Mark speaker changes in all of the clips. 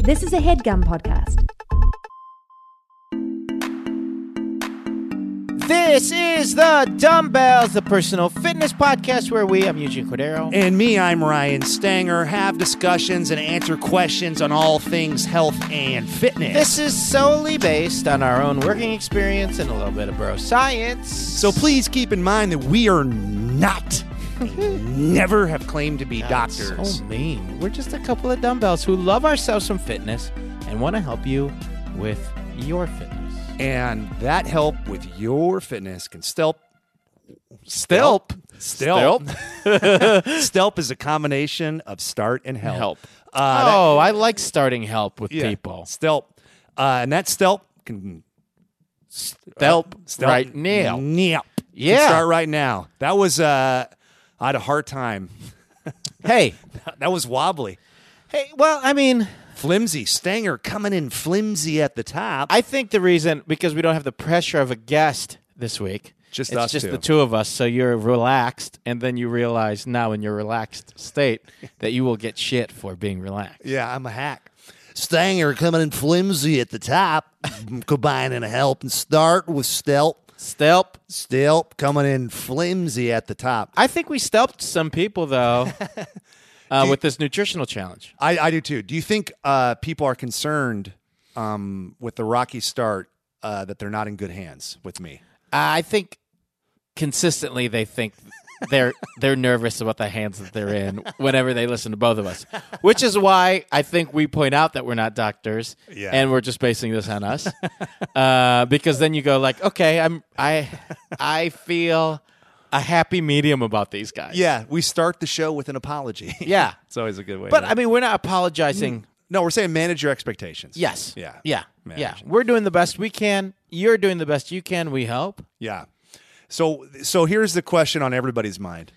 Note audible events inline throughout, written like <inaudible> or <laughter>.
Speaker 1: This is a headgum podcast.
Speaker 2: This is the Dumbbells, the personal fitness podcast where we, I'm Eugene Cordero.
Speaker 3: And me, I'm Ryan Stanger, have discussions and answer questions on all things health and fitness.
Speaker 2: This is solely based on our own working experience and a little bit of bro science.
Speaker 3: so please keep in mind that we are
Speaker 2: <laughs>
Speaker 3: not, never have claimed to be
Speaker 2: That's
Speaker 3: doctors.
Speaker 2: So mean. We're just a couple of dumbbells who love ourselves some fitness and want to help you with your fitness.
Speaker 3: And that help with your fitness can stelp. Stelp. Stelp. <laughs> Stelp is a combination of start and help.
Speaker 2: Help.
Speaker 3: Uh, that-
Speaker 2: Oh, I like starting help with
Speaker 3: yeah,
Speaker 2: people.
Speaker 3: Stelp. Uh, and that stelp can
Speaker 2: Help
Speaker 3: Start
Speaker 2: right now.
Speaker 3: Yep.
Speaker 2: Yeah.
Speaker 3: Can Start right now. That was uh I had a hard time. <laughs>
Speaker 2: Hey,
Speaker 3: That was wobbly.
Speaker 2: hey. Well, I mean,
Speaker 3: Flimsy. Stanger coming in flimsy at the top.
Speaker 2: I think the reason because we don't have the pressure of a guest this week.
Speaker 3: Just
Speaker 2: it's
Speaker 3: us
Speaker 2: just
Speaker 3: two.
Speaker 2: the two of us, so you're relaxed, and then you realize now in your relaxed
Speaker 3: <laughs>
Speaker 2: state that you will get shit for being relaxed.
Speaker 3: yeah, I'm a hack. Stanger coming in flimsy at the top, combining a help and start with stelp.
Speaker 2: Stelp.
Speaker 3: Stelp coming in flimsy at the top.
Speaker 2: I think we stelped some people
Speaker 3: <laughs>
Speaker 2: though uh, with this nutritional challenge.
Speaker 3: I, I do too. Do you think uh, people are concerned um, with the rocky start uh, that they're not in good hands with me?
Speaker 2: I think consistently they think they're they're nervous about the hands that they're in whenever they listen to both of us, which is why I think we point out that we're not doctors
Speaker 3: Yeah.
Speaker 2: and we're just basing this on us uh, because then you go like, okay, I'm I I feel a happy medium about these guys.
Speaker 3: Yeah, we start the show with an <laughs> apology.
Speaker 2: yeah.
Speaker 3: it's always a good way.
Speaker 2: But I mean, we're not apologizing.
Speaker 3: no, we're saying manage your expectations.
Speaker 2: Yes.
Speaker 3: Yeah.
Speaker 2: Yeah.
Speaker 3: Manage.
Speaker 2: Yeah. We're doing the best we can. You're doing the best you can. We hope.
Speaker 3: Yeah. So so here's the question on everybody's mind.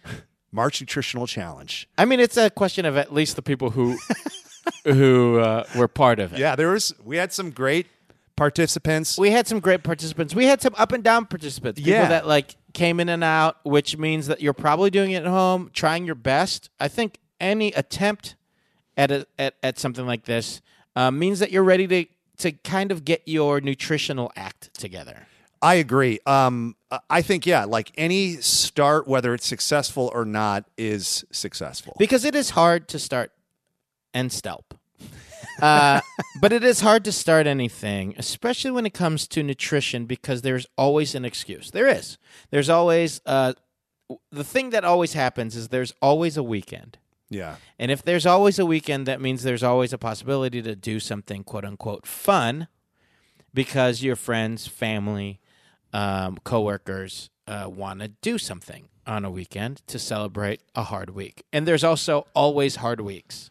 Speaker 3: March nutritional challenge.
Speaker 2: I mean, it's a question of at least the people
Speaker 3: <laughs>
Speaker 2: who who uh, were part of it.
Speaker 3: Yeah, there was we had some great participants.
Speaker 2: We had some great participants. We had some up and down participants. People
Speaker 3: Yeah.
Speaker 2: that like came in and out, which means that you're probably doing it at home, trying your best. I think any attempt at a, at at something like this uh, means that you're ready to to kind of get your nutritional act together.
Speaker 3: I agree. Um I- I think yeah, like any start whether it's successful or not is successful.
Speaker 2: because it is hard to start and stelp. Uh, but it is hard to start anything, especially when it comes to nutrition, because there's always an excuse. There is. There's always uh, w- the thing that always happens is there's always a weekend.
Speaker 3: yeah.
Speaker 2: And if there's always a weekend, that means there's always a possibility to do something quote unquote fun because your friends, family, um, coworkers uh, want to do something on a weekend to celebrate a hard week. And there's also always hard weeks.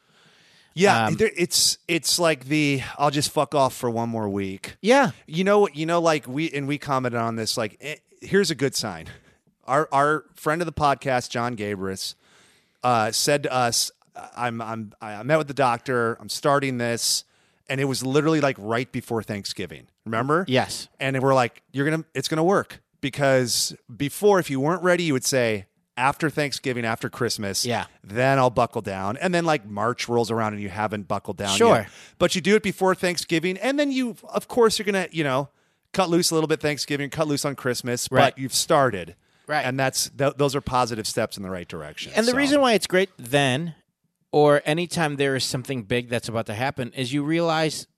Speaker 3: Yeah, there, it's it's like the I'll just fuck off for one more week.
Speaker 2: Yeah.
Speaker 3: You know, you know, like we and we commented on this. Like, eh, here's a good sign. Our our friend of the podcast, John Gabris, uh, said to us, "I'm I'm I met with the doctor. I'm starting this, and it was literally like right before Thanksgiving. Remember?
Speaker 2: Yes.
Speaker 3: And we're like, you're gonna, it's gonna work because before, if you weren't ready, you would say." After Thanksgiving, after Christmas,
Speaker 2: Yeah.
Speaker 3: then I'll buckle down. And then like March rolls around and you haven't buckled down. yet.
Speaker 2: Sure.
Speaker 3: But you do it before Thanksgiving, and then you, of course, you're gonna, you know, cut loose a little bit Thanksgiving, cut loose on Christmas,
Speaker 2: Right.
Speaker 3: but you've started,
Speaker 2: Right.
Speaker 3: And that's th- those are positive steps in the right direction.
Speaker 2: And the
Speaker 3: So-
Speaker 2: reason why it's great then or anytime there is something big that's about to happen is you realize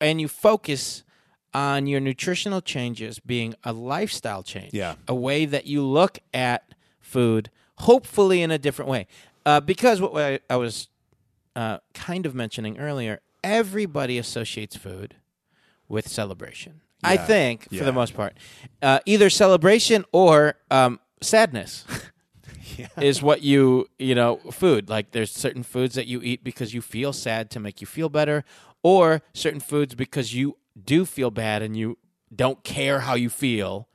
Speaker 2: and you focus on your nutritional changes being a lifestyle change.
Speaker 3: Yeah.
Speaker 2: A way that you look at food, hopefully in a different way. Uh, because what I, I was uh, kind of mentioning earlier, everybody associates food with celebration. I
Speaker 3: Yeah.
Speaker 2: think, for
Speaker 3: Yeah.
Speaker 2: the most part, uh, either celebration or um,
Speaker 3: <laughs>
Speaker 2: sadness is what you you know food. Like there's certain foods that you eat because you feel sad to make you feel better, or certain foods because you do feel bad and you don't care how you feel.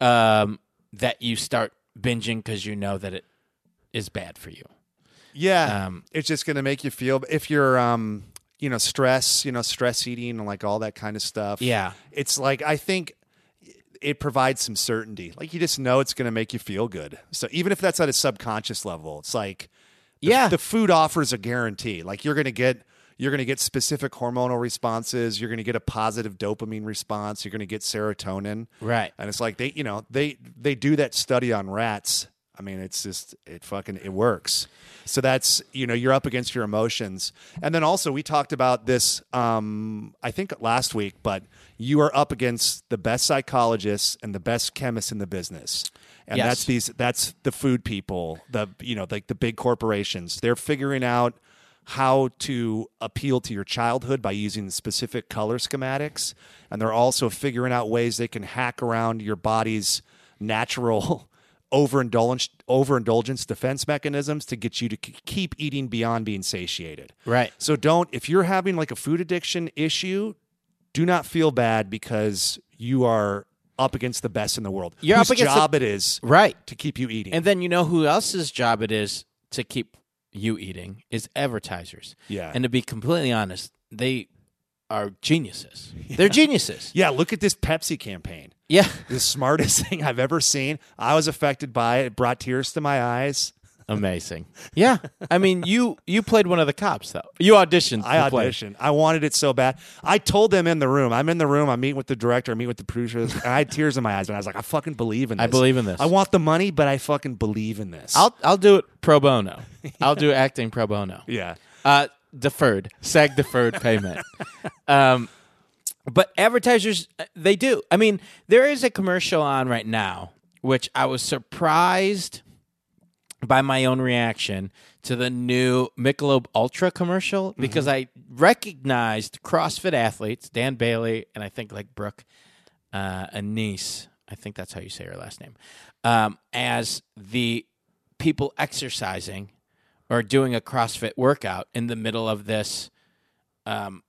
Speaker 2: Um, that you start binging because you know that it is bad for you.
Speaker 3: yeah,
Speaker 2: Um,
Speaker 3: it's just gonna make you feel if you're, um, you know, stress, you know, stress eating and like all that kind of stuff.
Speaker 2: Yeah.
Speaker 3: it's like I think it provides some certainty. Like you just know it's gonna make you feel good. So even if that's at a subconscious level, it's like.
Speaker 2: yeah.
Speaker 3: the food offers a guarantee. Like you're going to get You're going to get specific hormonal responses. You're going to get a positive dopamine response. You're going to get serotonin.
Speaker 2: Right.
Speaker 3: And it's like they, you know, they they do that study on rats. I mean, it's just it fucking it works. So that's you know you're up against your emotions, and then also we talked about this um, I think last week, but you are up against the best psychologists and the best chemists in the business, and
Speaker 2: Yes.
Speaker 3: that's these that's the food people, the you know like the big corporations. They're figuring out how to appeal to your childhood by using specific color schematics, and they're also figuring out ways they can hack around your body's natural <laughs> overindulgence overindulgence defense mechanisms to get you to k- keep eating beyond being satiated.
Speaker 2: Right.
Speaker 3: So don't if you're having like a food addiction issue, do not feel bad because you are up against the best in the world.
Speaker 2: You're up
Speaker 3: whose
Speaker 2: against the-
Speaker 3: job it is
Speaker 2: Right.
Speaker 3: to keep you eating.
Speaker 2: And then you know who else's job it is to keep you eating is advertisers.
Speaker 3: Yeah.
Speaker 2: And to be completely honest, they are
Speaker 3: <laughs>
Speaker 2: geniuses. They're geniuses.
Speaker 3: yeah, look at this Pepsi campaign.
Speaker 2: Yeah.
Speaker 3: The smartest <laughs> thing I've ever seen. I was affected by it. It brought tears to my eyes.
Speaker 2: Amazing. Yeah. I mean, you you played one of the cops though. You auditioned.
Speaker 3: I
Speaker 2: to play.
Speaker 3: auditioned. I wanted it so bad. I told them in the room. I'm in the room. I meet with the director. I meet with the producers. And I had tears in my eyes. And I was like, I fucking believe in this.
Speaker 2: I believe in this.
Speaker 3: I want the money, but I fucking believe in this.
Speaker 2: I'll I'll do it pro bono. I'll do acting pro bono.
Speaker 3: yeah.
Speaker 2: Uh, deferred, SAG deferred payment. um, but advertisers, uh, they do. I mean, there is a commercial on right now, which I was surprised by my own reaction to the new Michelob Ultra commercial because I recognized CrossFit athletes, Dan Bailey, and I think like Brooke uh, Anise, I think that's how you say her last name, um, as the people exercising or doing a CrossFit workout in the middle of this, um,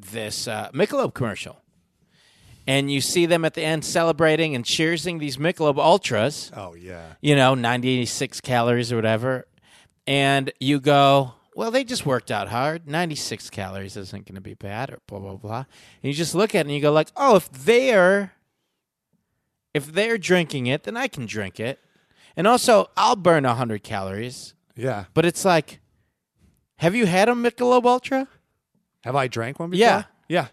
Speaker 2: this uh, Michelob commercial. And you see them at the end celebrating and cheersing these Michelob Ultras
Speaker 3: Oh yeah.
Speaker 2: you know, 96 calories or whatever. And you go, well, they just worked out hard. 96 calories isn't going to be bad or blah, blah, blah. And you just look at it and you go like, oh, if they're, if they're drinking it, then I can drink it. And also, I'll burn 100 calories.
Speaker 3: Yeah.
Speaker 2: But it's like, have you had a Michelob Ultra?
Speaker 3: Have I drank one before?
Speaker 2: Yeah.
Speaker 3: Yeah.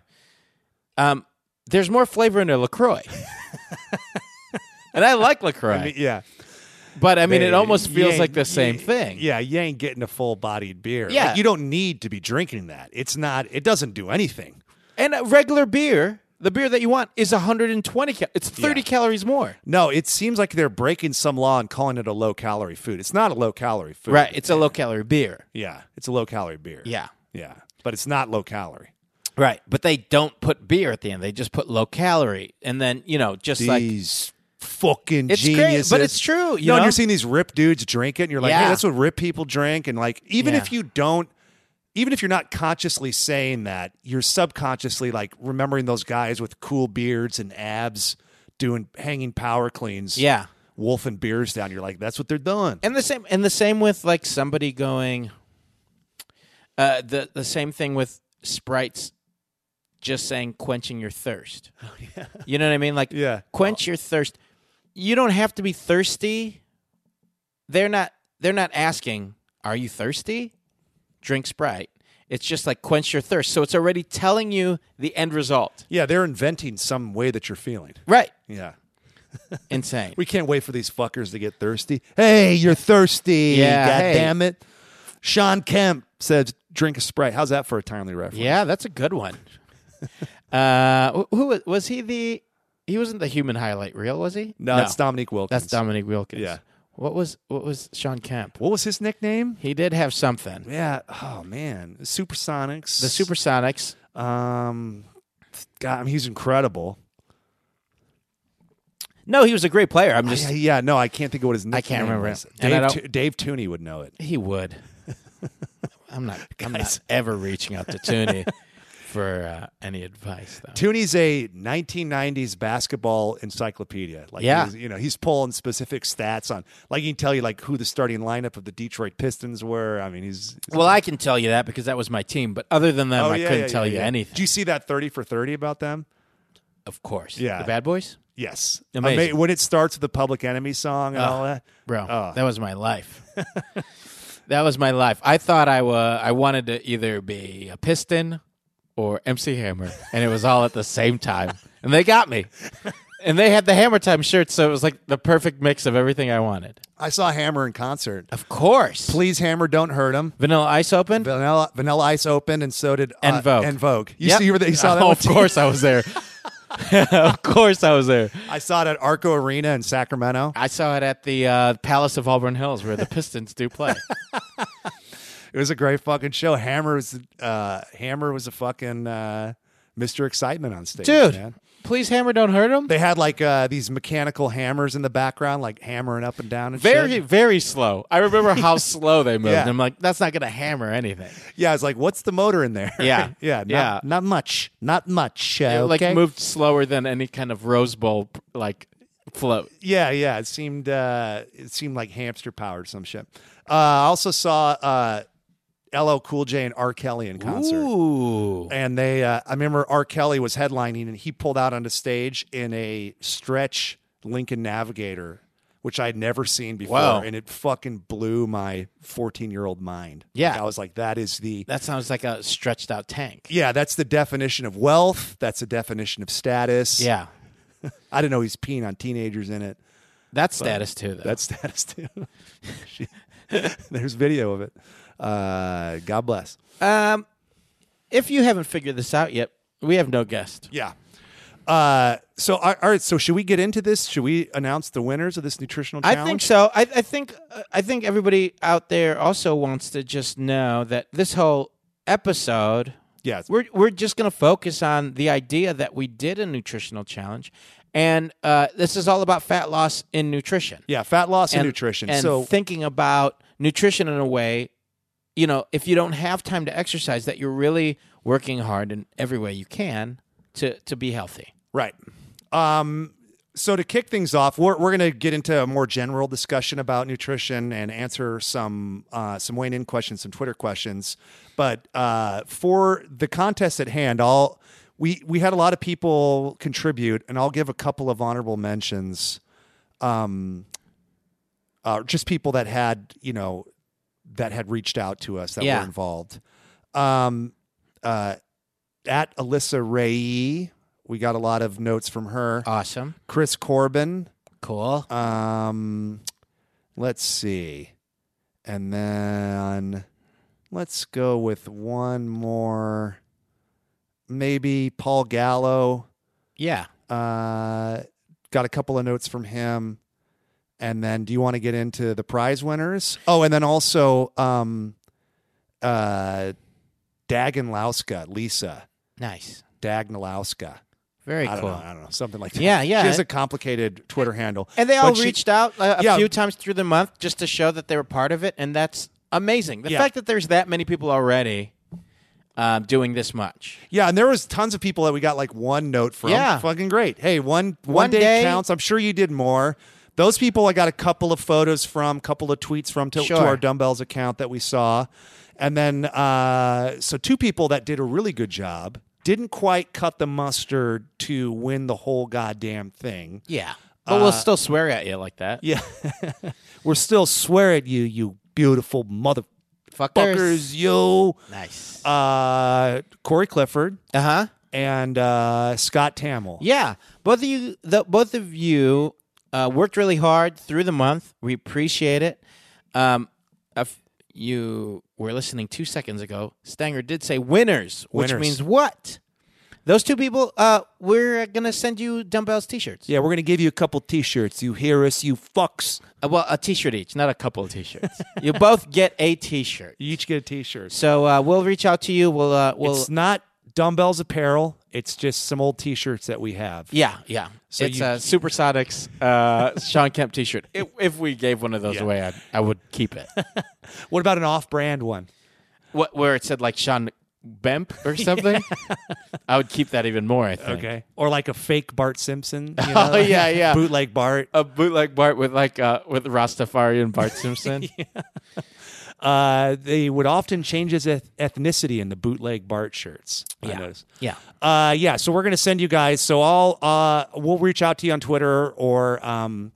Speaker 2: Um, there's more flavor in a LaCroix. <laughs> and I like LaCroix.
Speaker 3: I mean, yeah.
Speaker 2: but I mean, it
Speaker 3: Hey,
Speaker 2: almost
Speaker 3: you
Speaker 2: feels
Speaker 3: ain't-
Speaker 2: like the same
Speaker 3: you-
Speaker 2: thing.
Speaker 3: Yeah, you ain't getting a full bodied beer.
Speaker 2: Yeah.
Speaker 3: Like, you don't need to be drinking that. It's not it doesn't do anything.
Speaker 2: And a regular beer, the beer that you want, is 120 cal- It's 30
Speaker 3: Yeah.
Speaker 2: calories more.
Speaker 3: No, it seems like they're breaking some law and calling it a low calorie food. It's not a low calorie food.
Speaker 2: Right. It's a low calorie beer.
Speaker 3: Yeah. It's a low calorie beer.
Speaker 2: Yeah.
Speaker 3: Yeah. But it's not low calorie.
Speaker 2: Right. But they don't put beer at the end. They just put low calorie. And then, you know, just like.
Speaker 3: These fucking
Speaker 2: It's great, but
Speaker 3: geniuses.
Speaker 2: it's true, you
Speaker 3: no, and
Speaker 2: know?
Speaker 3: you're seeing these rip dudes drink it, and you're like,
Speaker 2: Yeah.
Speaker 3: hey, that's what rip people drink. And like, even
Speaker 2: Yeah.
Speaker 3: if you don't, even if you're not consciously saying that, you're subconsciously like remembering those guys with cool beards and abs doing hanging power cleans.
Speaker 2: Yeah.
Speaker 3: Wolfing beers down. You're like, that's what they're doing.
Speaker 2: And the same and the same with like somebody going uh the the same thing with Sprite's just saying quenching your thirst. You know what I mean? Like
Speaker 3: Yeah.
Speaker 2: quench your thirst. You don't have to be thirsty. They're not they're not asking, are you thirsty? Drink Sprite. It's just like quench your thirst. So it's already telling you the end result.
Speaker 3: Yeah, they're inventing some way that you're feeling.
Speaker 2: Right.
Speaker 3: Yeah.
Speaker 2: Insane.
Speaker 3: We can't wait for these fuckers to get thirsty. Hey, you're thirsty.
Speaker 2: Yeah,
Speaker 3: God
Speaker 2: hey.
Speaker 3: damn it. Sean Kemp says, drink a Sprite. How's that for a timely reference?
Speaker 2: Yeah, that's a good <laughs> one. uh, who- who was, was he? The he wasn't the human highlight reel, was he?
Speaker 3: No, it's Dominique Wilkins.
Speaker 2: That's Dominic Wilkins.
Speaker 3: Yeah.
Speaker 2: What was what was Sean Kemp?
Speaker 3: What was his nickname?
Speaker 2: He did have something.
Speaker 3: Yeah. Oh man, Supersonics.
Speaker 2: The Supersonics.
Speaker 3: Um, God, I mean, he's incredible.
Speaker 2: No, he was a great player. I'm
Speaker 3: Yeah,
Speaker 2: just
Speaker 3: yeah, no, I can't think of what his nickname.
Speaker 2: can't remember
Speaker 3: was.
Speaker 2: it. And I
Speaker 3: Dave,
Speaker 2: don't-
Speaker 3: Tu- Dave Tooney would know it.
Speaker 2: he <laughs> would. I'm not. I'm not
Speaker 3: Guys.
Speaker 2: ever reaching out to <laughs> Tooney for uh, any advice though.
Speaker 3: Tooney's a 1990s basketball encyclopedia. Like,
Speaker 2: Yeah.
Speaker 3: he's- you know, he's pulling specific stats on, like, he can tell you like who the starting lineup of the Detroit Pistons were. I mean, he's. he's-
Speaker 2: Well, I can tell you that because that was my team. But other than them,
Speaker 3: Oh,
Speaker 2: I
Speaker 3: yeah,
Speaker 2: couldn't
Speaker 3: yeah,
Speaker 2: tell
Speaker 3: yeah,
Speaker 2: you
Speaker 3: yeah.
Speaker 2: anything.
Speaker 3: Do you see that 30 for 30 about them?
Speaker 2: of course.
Speaker 3: Yeah.
Speaker 2: The Bad Boys,
Speaker 3: Yes.
Speaker 2: Amazing. Oh.
Speaker 3: Ama- when it starts with the Public Enemy song and all that.
Speaker 2: bro.
Speaker 3: Oh.
Speaker 2: That was my life. <laughs> That was my life. I thought I was. I wanted to either be a piston or MC Hammer, and it was all at the same time. And they got <laughs> me. And they had the Hammer Time shirt, so it was like the perfect mix of everything I wanted.
Speaker 3: I saw Hammer in concert.
Speaker 2: Of course,
Speaker 3: Please, Hammer, don't hurt him.
Speaker 2: Vanilla Ice open.
Speaker 3: Vanilla, Vanilla Ice opened, and so did uh,
Speaker 2: And Vogue.
Speaker 3: And Vogue. You,
Speaker 2: Yep.
Speaker 3: see, you, were there,
Speaker 2: <laughs>
Speaker 3: you saw that?
Speaker 2: Oh,
Speaker 3: one
Speaker 2: of
Speaker 3: too?
Speaker 2: course, I was there. <laughs> of course, I was there.
Speaker 3: I saw it at Arco Arena in Sacramento.
Speaker 2: I saw it at the uh, Palace of Auburn Hills, where the Pistons do play.
Speaker 3: It was a great fucking show. Hammer was, uh, Hammer was a fucking uh, Mr. Excitement on
Speaker 2: <laughs>
Speaker 3: stage,
Speaker 2: Dude,
Speaker 3: man.
Speaker 2: please, Hammer, don't hurt him.
Speaker 3: They had like uh, these mechanical hammers in the background, like hammering up and down and
Speaker 2: Very, <laughs>
Speaker 3: shit.
Speaker 2: very slow. I remember <laughs> how slow they moved.
Speaker 3: Yeah.
Speaker 2: I'm like, that's not going to hammer anything.
Speaker 3: Yeah, it's like, what's the motor in there?
Speaker 2: Yeah.
Speaker 3: <laughs> yeah, not,
Speaker 2: Yeah.
Speaker 3: Not much. Not much. Uh,
Speaker 2: It, like
Speaker 3: okay?
Speaker 2: moved slower than any kind of Rose Bowl like float.
Speaker 3: Yeah, yeah. It seemed uh, it seemed like hamster powered some shit. Uh, I also saw uh, LL Cool J and R. Kelly in concert.
Speaker 2: Ooh.
Speaker 3: And they, uh, I remember R. Kelly was headlining, and he pulled out onto stage in a stretch Lincoln Navigator, which I'd never seen before,
Speaker 2: Wow.
Speaker 3: and it fucking blew my fourteen-year-old mind.
Speaker 2: Yeah.
Speaker 3: Like, I was like, that is the
Speaker 2: That sounds like a stretched out tank.
Speaker 3: yeah, that's the definition of wealth. That's the definition of status.
Speaker 2: Yeah.
Speaker 3: I didn't know he's peeing on teenagers in it.
Speaker 2: That's status too, though.
Speaker 3: That's status too. <laughs> She- There's video of it. Uh, God bless.
Speaker 2: um, if you haven't figured this out yet, we have no guest.
Speaker 3: Yeah. Uh, so all all right. So should we get into this? Should we announce the winners of this nutritional challenge?
Speaker 2: I think so. I, I think uh, I think everybody out there also wants to just know that this whole episode,
Speaker 3: Yeah. it's-
Speaker 2: we're we're just going to focus on the idea that we did a nutritional challenge, and uh, this is all about fat loss in nutrition
Speaker 3: Yeah. Fat loss and,
Speaker 2: and
Speaker 3: nutrition.
Speaker 2: and
Speaker 3: so
Speaker 2: thinking about nutrition in a way, you know, if you don't have time to exercise, that you're really working hard in every way you can to to be healthy.
Speaker 3: right. Um. So to kick things off, we're we're gonna get into a more general discussion about nutrition and answer some uh, some Wayne in questions, some Twitter questions. But uh, for the contest at hand, I'll we we had a lot of people contribute, and I'll give a couple of honorable mentions. um, uh, just people that had you know that had reached out to us that
Speaker 2: Yeah.
Speaker 3: were involved. Um, uh, at Alyssa Ray, we got a lot of notes from
Speaker 2: Uh,
Speaker 3: her.
Speaker 2: Awesome,
Speaker 3: Chris Corbin.
Speaker 2: cool.
Speaker 3: Um, let's see, and then let's go with one more. Maybe Paul Gallo.
Speaker 2: Yeah,
Speaker 3: Uh, got a couple of notes from him. And then, do you want to get into the prize winners? Oh, and then also, um, uh, Daganlauska, Lisa
Speaker 2: nice,
Speaker 3: Dagnalauska.
Speaker 2: very
Speaker 3: I don't
Speaker 2: cool.
Speaker 3: know. I don't know. Something like that.
Speaker 2: Yeah, yeah.
Speaker 3: She has a complicated Twitter handle.
Speaker 2: And they all
Speaker 3: But she-
Speaker 2: reached out uh, a, a
Speaker 3: Yeah.
Speaker 2: few times through the month just to show that they were part of it, and that's amazing. The
Speaker 3: Yeah.
Speaker 2: fact that there's that many people already um, doing this much.
Speaker 3: Yeah, and there was tons of people that we got like one note from.
Speaker 2: Yeah.
Speaker 3: fucking great. Hey, one one
Speaker 2: One
Speaker 3: day,
Speaker 2: day-
Speaker 3: counts. I'm sure you did more. Those people I got a couple of photos from, couple of tweets from to, to
Speaker 2: Sure.
Speaker 3: our dumbbells account that we saw, and then uh, so two people that did a really good job didn't quite cut the mustard to win the whole goddamn thing.
Speaker 2: Yeah, but we'll still swear at you like that.
Speaker 3: Uh, Yeah, <laughs> we're still swear at you, you beautiful motherfuckers,
Speaker 2: Fuckers.
Speaker 3: you.
Speaker 2: Nice.
Speaker 3: Uh, Corey Clifford
Speaker 2: Uh huh.
Speaker 3: and uh, Scott Tamil.
Speaker 2: Yeah, both of you, the, both of you uh, worked really hard through the month. We appreciate it. Um, if you were listening two seconds ago, Stanger did say winners, which
Speaker 3: Winners.
Speaker 2: means what? Those two people, uh, we're gonna send you dumbbells T-shirts.
Speaker 3: Yeah, we're gonna give you a couple T-shirts. You hear us, you fucks.
Speaker 2: Uh, well, a T-shirt each, not a couple of T-shirts. <laughs> you both get a T-shirt.
Speaker 3: You each get a T-shirt.
Speaker 2: So uh, we'll reach out to you. We'll, uh, we'll,
Speaker 3: It's not dumbbells apparel. It's just some old T-shirts that we have.
Speaker 2: yeah, yeah.
Speaker 3: So
Speaker 2: it's
Speaker 3: you-
Speaker 2: a Supersonics uh, Sean Kemp T-shirt. <laughs> If, if we gave one of those
Speaker 3: Yeah.
Speaker 2: away, I, I would keep it.
Speaker 3: What about an off-brand one?
Speaker 2: what where it said like Sean Bemp
Speaker 3: <laughs>
Speaker 2: or something. I would keep that even more. I think.
Speaker 3: Or like a fake Bart Simpson. <laughs> You know?
Speaker 2: <laughs> Oh yeah, yeah.
Speaker 3: Bootleg Bart.
Speaker 2: a bootleg Bart with like uh, with Rastafari and Bart
Speaker 3: <laughs>
Speaker 2: Simpson.
Speaker 3: Uh, they would often change his eth- ethnicity in the bootleg Bart shirts. I noticed.
Speaker 2: yeah.
Speaker 3: Uh, yeah. So we're gonna send you guys. So I'll uh, we'll reach out to you on Twitter or um,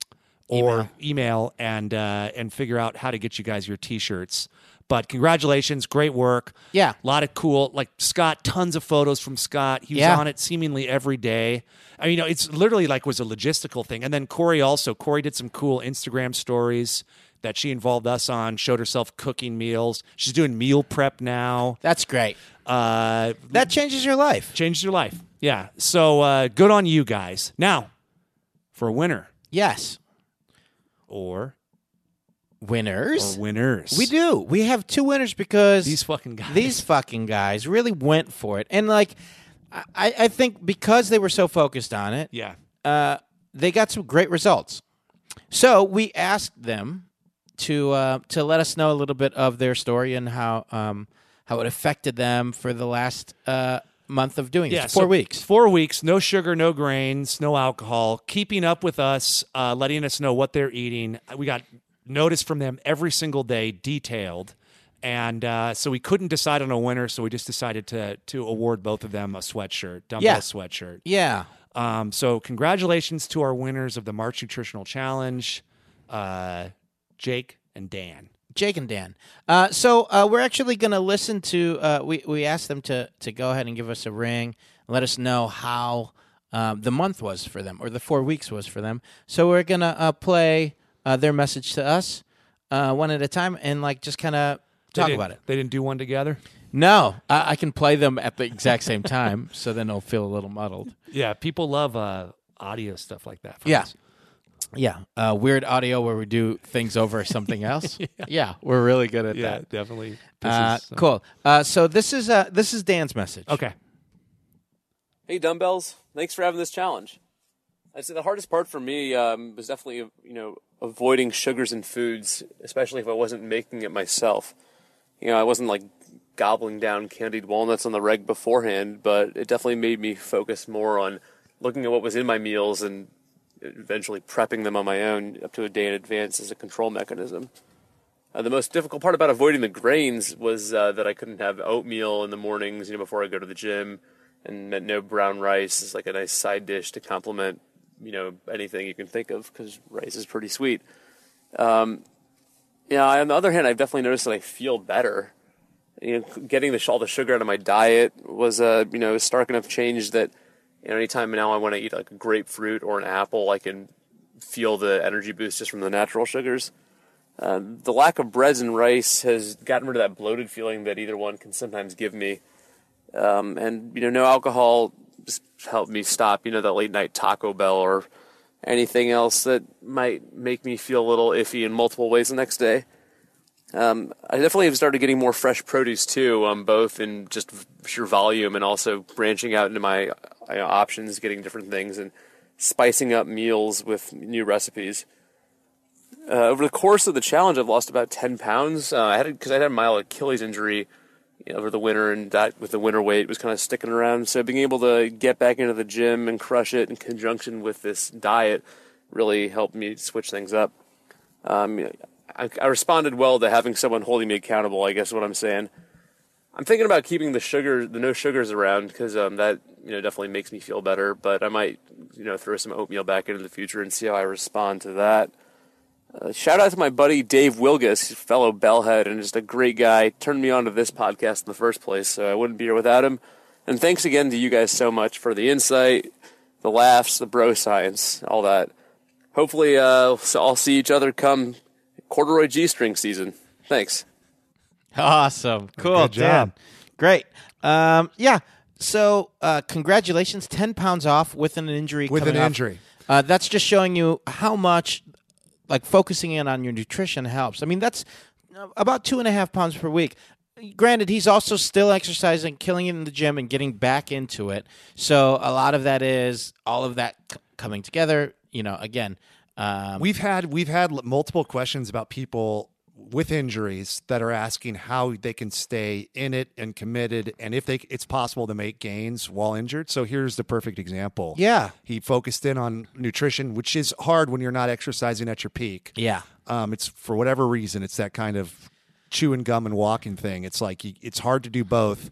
Speaker 3: or email, and uh, and figure out how to get you guys your T-shirts. But congratulations, great work.
Speaker 2: Yeah.
Speaker 3: a lot of cool. Like Scott, tons of photos from Scott. He was
Speaker 2: Yeah.
Speaker 3: on it seemingly every day. I mean, you know, it's literally like was a logistical thing. And then Corey also, Corey did some cool Instagram stories that she involved us on. Showed herself cooking meals. She's doing meal prep now.
Speaker 2: That's great.
Speaker 3: Uh,
Speaker 2: That changes your life.
Speaker 3: changed your life. Yeah. So uh, good on you guys. Now, for a winner
Speaker 2: Yes.
Speaker 3: or
Speaker 2: Winners.
Speaker 3: or winners,
Speaker 2: we do. We have two winners because
Speaker 3: Oh, these fucking guys.
Speaker 2: these fucking guys really went for it. And like I, I think because they were so focused on it,
Speaker 3: yeah.
Speaker 2: uh, they got some great results. So we asked them to uh, to let us know a little bit of their story and how um, how it affected them for the last uh, month of doing
Speaker 3: Yeah,
Speaker 2: this. Four
Speaker 3: so
Speaker 2: weeks.
Speaker 3: Four weeks. No sugar, no grains, no alcohol. Keeping up with us, uh, letting us know what they're eating. We got notice from them every single day, detailed. And uh, so we couldn't decide on a winner, so we just decided to to award both of them a sweatshirt, dumbbell
Speaker 2: Yeah.
Speaker 3: sweatshirt.
Speaker 2: Yeah.
Speaker 3: Um, so congratulations to our winners of the March Nutritional Challenge, uh, Jake and Dan.
Speaker 2: Jake and Dan. Uh, so uh, we're actually going to listen to. Uh, we we asked them to to go ahead and give us a ring, let us know how um, the month was for them or the four weeks was for them. So we're going to uh, play uh, their message to us uh, one at a time and like just kind of
Speaker 3: They
Speaker 2: talk
Speaker 3: didn't-
Speaker 2: about it.
Speaker 3: They didn't do one together.
Speaker 2: No, I, I can play them at the exact same time, <laughs> so then it'll feel a little muddled.
Speaker 3: Yeah, people love uh, audio stuff like that. from
Speaker 2: Yeah.
Speaker 3: us.
Speaker 2: Yeah, uh, weird audio where we do things over <laughs> something else. yeah. we're really good at
Speaker 3: yeah,
Speaker 2: that.
Speaker 3: definitely. This
Speaker 2: Uh,
Speaker 3: is, uh,
Speaker 2: cool. Uh, so this is uh, this is Dan's message.
Speaker 3: Okay.
Speaker 4: Hey, dumbbells! Thanks for having this challenge. I'd say the hardest part for me um, was definitely you know avoiding sugars and foods, especially if I wasn't making it myself. You know, I wasn't like gobbling down candied walnuts on the reg beforehand, but it definitely made me focus more on looking at what was in my meals and eventually prepping them on my own up to a day in advance as a control mechanism. Uh, the most difficult part about avoiding the grains was uh, that I couldn't have oatmeal in the mornings, you know, before I go to the gym, and meant no brown rice is like a nice side dish to complement, you know, anything you can think of because rice is pretty sweet. Um, yeah, on the other hand, I've definitely noticed that I feel better. You know, getting the, all the sugar out of my diet was a you know stark enough change that you know anytime now I want to eat like a grapefruit or an apple, I can feel the energy boost just from the natural sugars the lack of breads and rice has gotten rid of that bloated feeling that either one can sometimes give me. Um, and you know, no alcohol just helped me stop. You know, that late night Taco Bell or anything else that might make me feel a little iffy in multiple ways the next day. Um, I definitely have started getting more fresh produce too, um, both in just v- sheer volume and also branching out into my you know, options, getting different things and spicing up meals with new recipes uh, over the course of the challenge, I've lost about ten pounds. Uh, I had because I had a mild Achilles injury you know, over the winter, and that with the winter weight was kind of sticking around. So being able to get back into the gym and crush it in conjunction with this diet really helped me switch things up. Um, I, I responded well to having someone holding me accountable. I guess is what I'm saying. I'm thinking about keeping the sugar, the no sugars around because um, that you know definitely makes me feel better. But I might you know throw some oatmeal back into the future and see how I respond to that. Uh, shout out to my buddy Dave Wilgus, fellow bellhead, and just a great guy. Turned me on to this podcast in the first place, so I wouldn't be here without him. And thanks again to you guys so much for the insight, the laughs, the bro science, all that. Hopefully, uh, so I'll see each other come corduroy g-string season. Thanks.
Speaker 2: Awesome. Cool.
Speaker 3: Good job.
Speaker 2: Dan. Great. Um, yeah. So, uh, congratulations. 10 pounds off with an injury.
Speaker 3: With
Speaker 2: coming
Speaker 3: an
Speaker 2: up.
Speaker 3: injury.
Speaker 2: Uh, that's just showing you how much, like, focusing in on your nutrition helps. I mean, that's uh, about two and a half pounds per week. Granted, he's also still exercising, killing it in the gym, and getting back into it. So, a lot of that is all of that c- coming together. You know, again, um,
Speaker 3: We've had we've had l- multiple questions about people with injuries that are asking how they can stay in it and committed and if they it's possible to make gains while injured. So here's the perfect example.
Speaker 2: Yeah.
Speaker 3: He focused in on nutrition, which is hard when you're not exercising at your peak.
Speaker 2: yeah.
Speaker 3: Um it's for whatever reason it's that kind of chewing gum and walking thing. It's like you, it's hard to do both,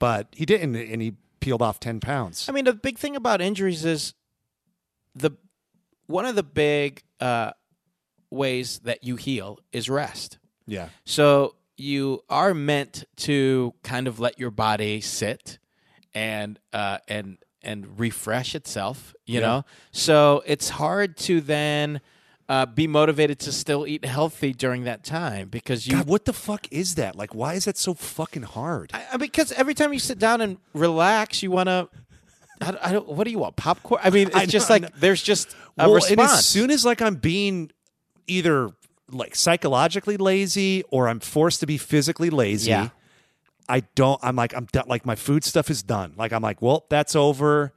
Speaker 3: but he didn't and he peeled off 10 pounds.
Speaker 2: I mean, the big thing about injuries is the one of the big uh, ways that you heal is rest.
Speaker 5: Yeah.
Speaker 2: So you are meant to kind of let your body sit and uh, and and refresh itself. You know, so it's hard to then uh, be motivated to still eat healthy during that time because you.
Speaker 5: God, what the fuck is that? Like, why is that so fucking hard?
Speaker 2: I, I- because every time you sit down and relax, you want to. I don't, I don't- what do you want? Popcorn? <laughs> I mean, it's
Speaker 5: I know,
Speaker 2: just
Speaker 5: I
Speaker 2: like
Speaker 5: know.
Speaker 2: there's just a
Speaker 5: and
Speaker 2: response.
Speaker 5: as soon as like I'm being either like psychologically lazy or I'm forced to be physically lazy,
Speaker 2: Yeah.
Speaker 5: I don't. I'm like I'm done. Like my food stuff is done. Like I'm like, well, that's over.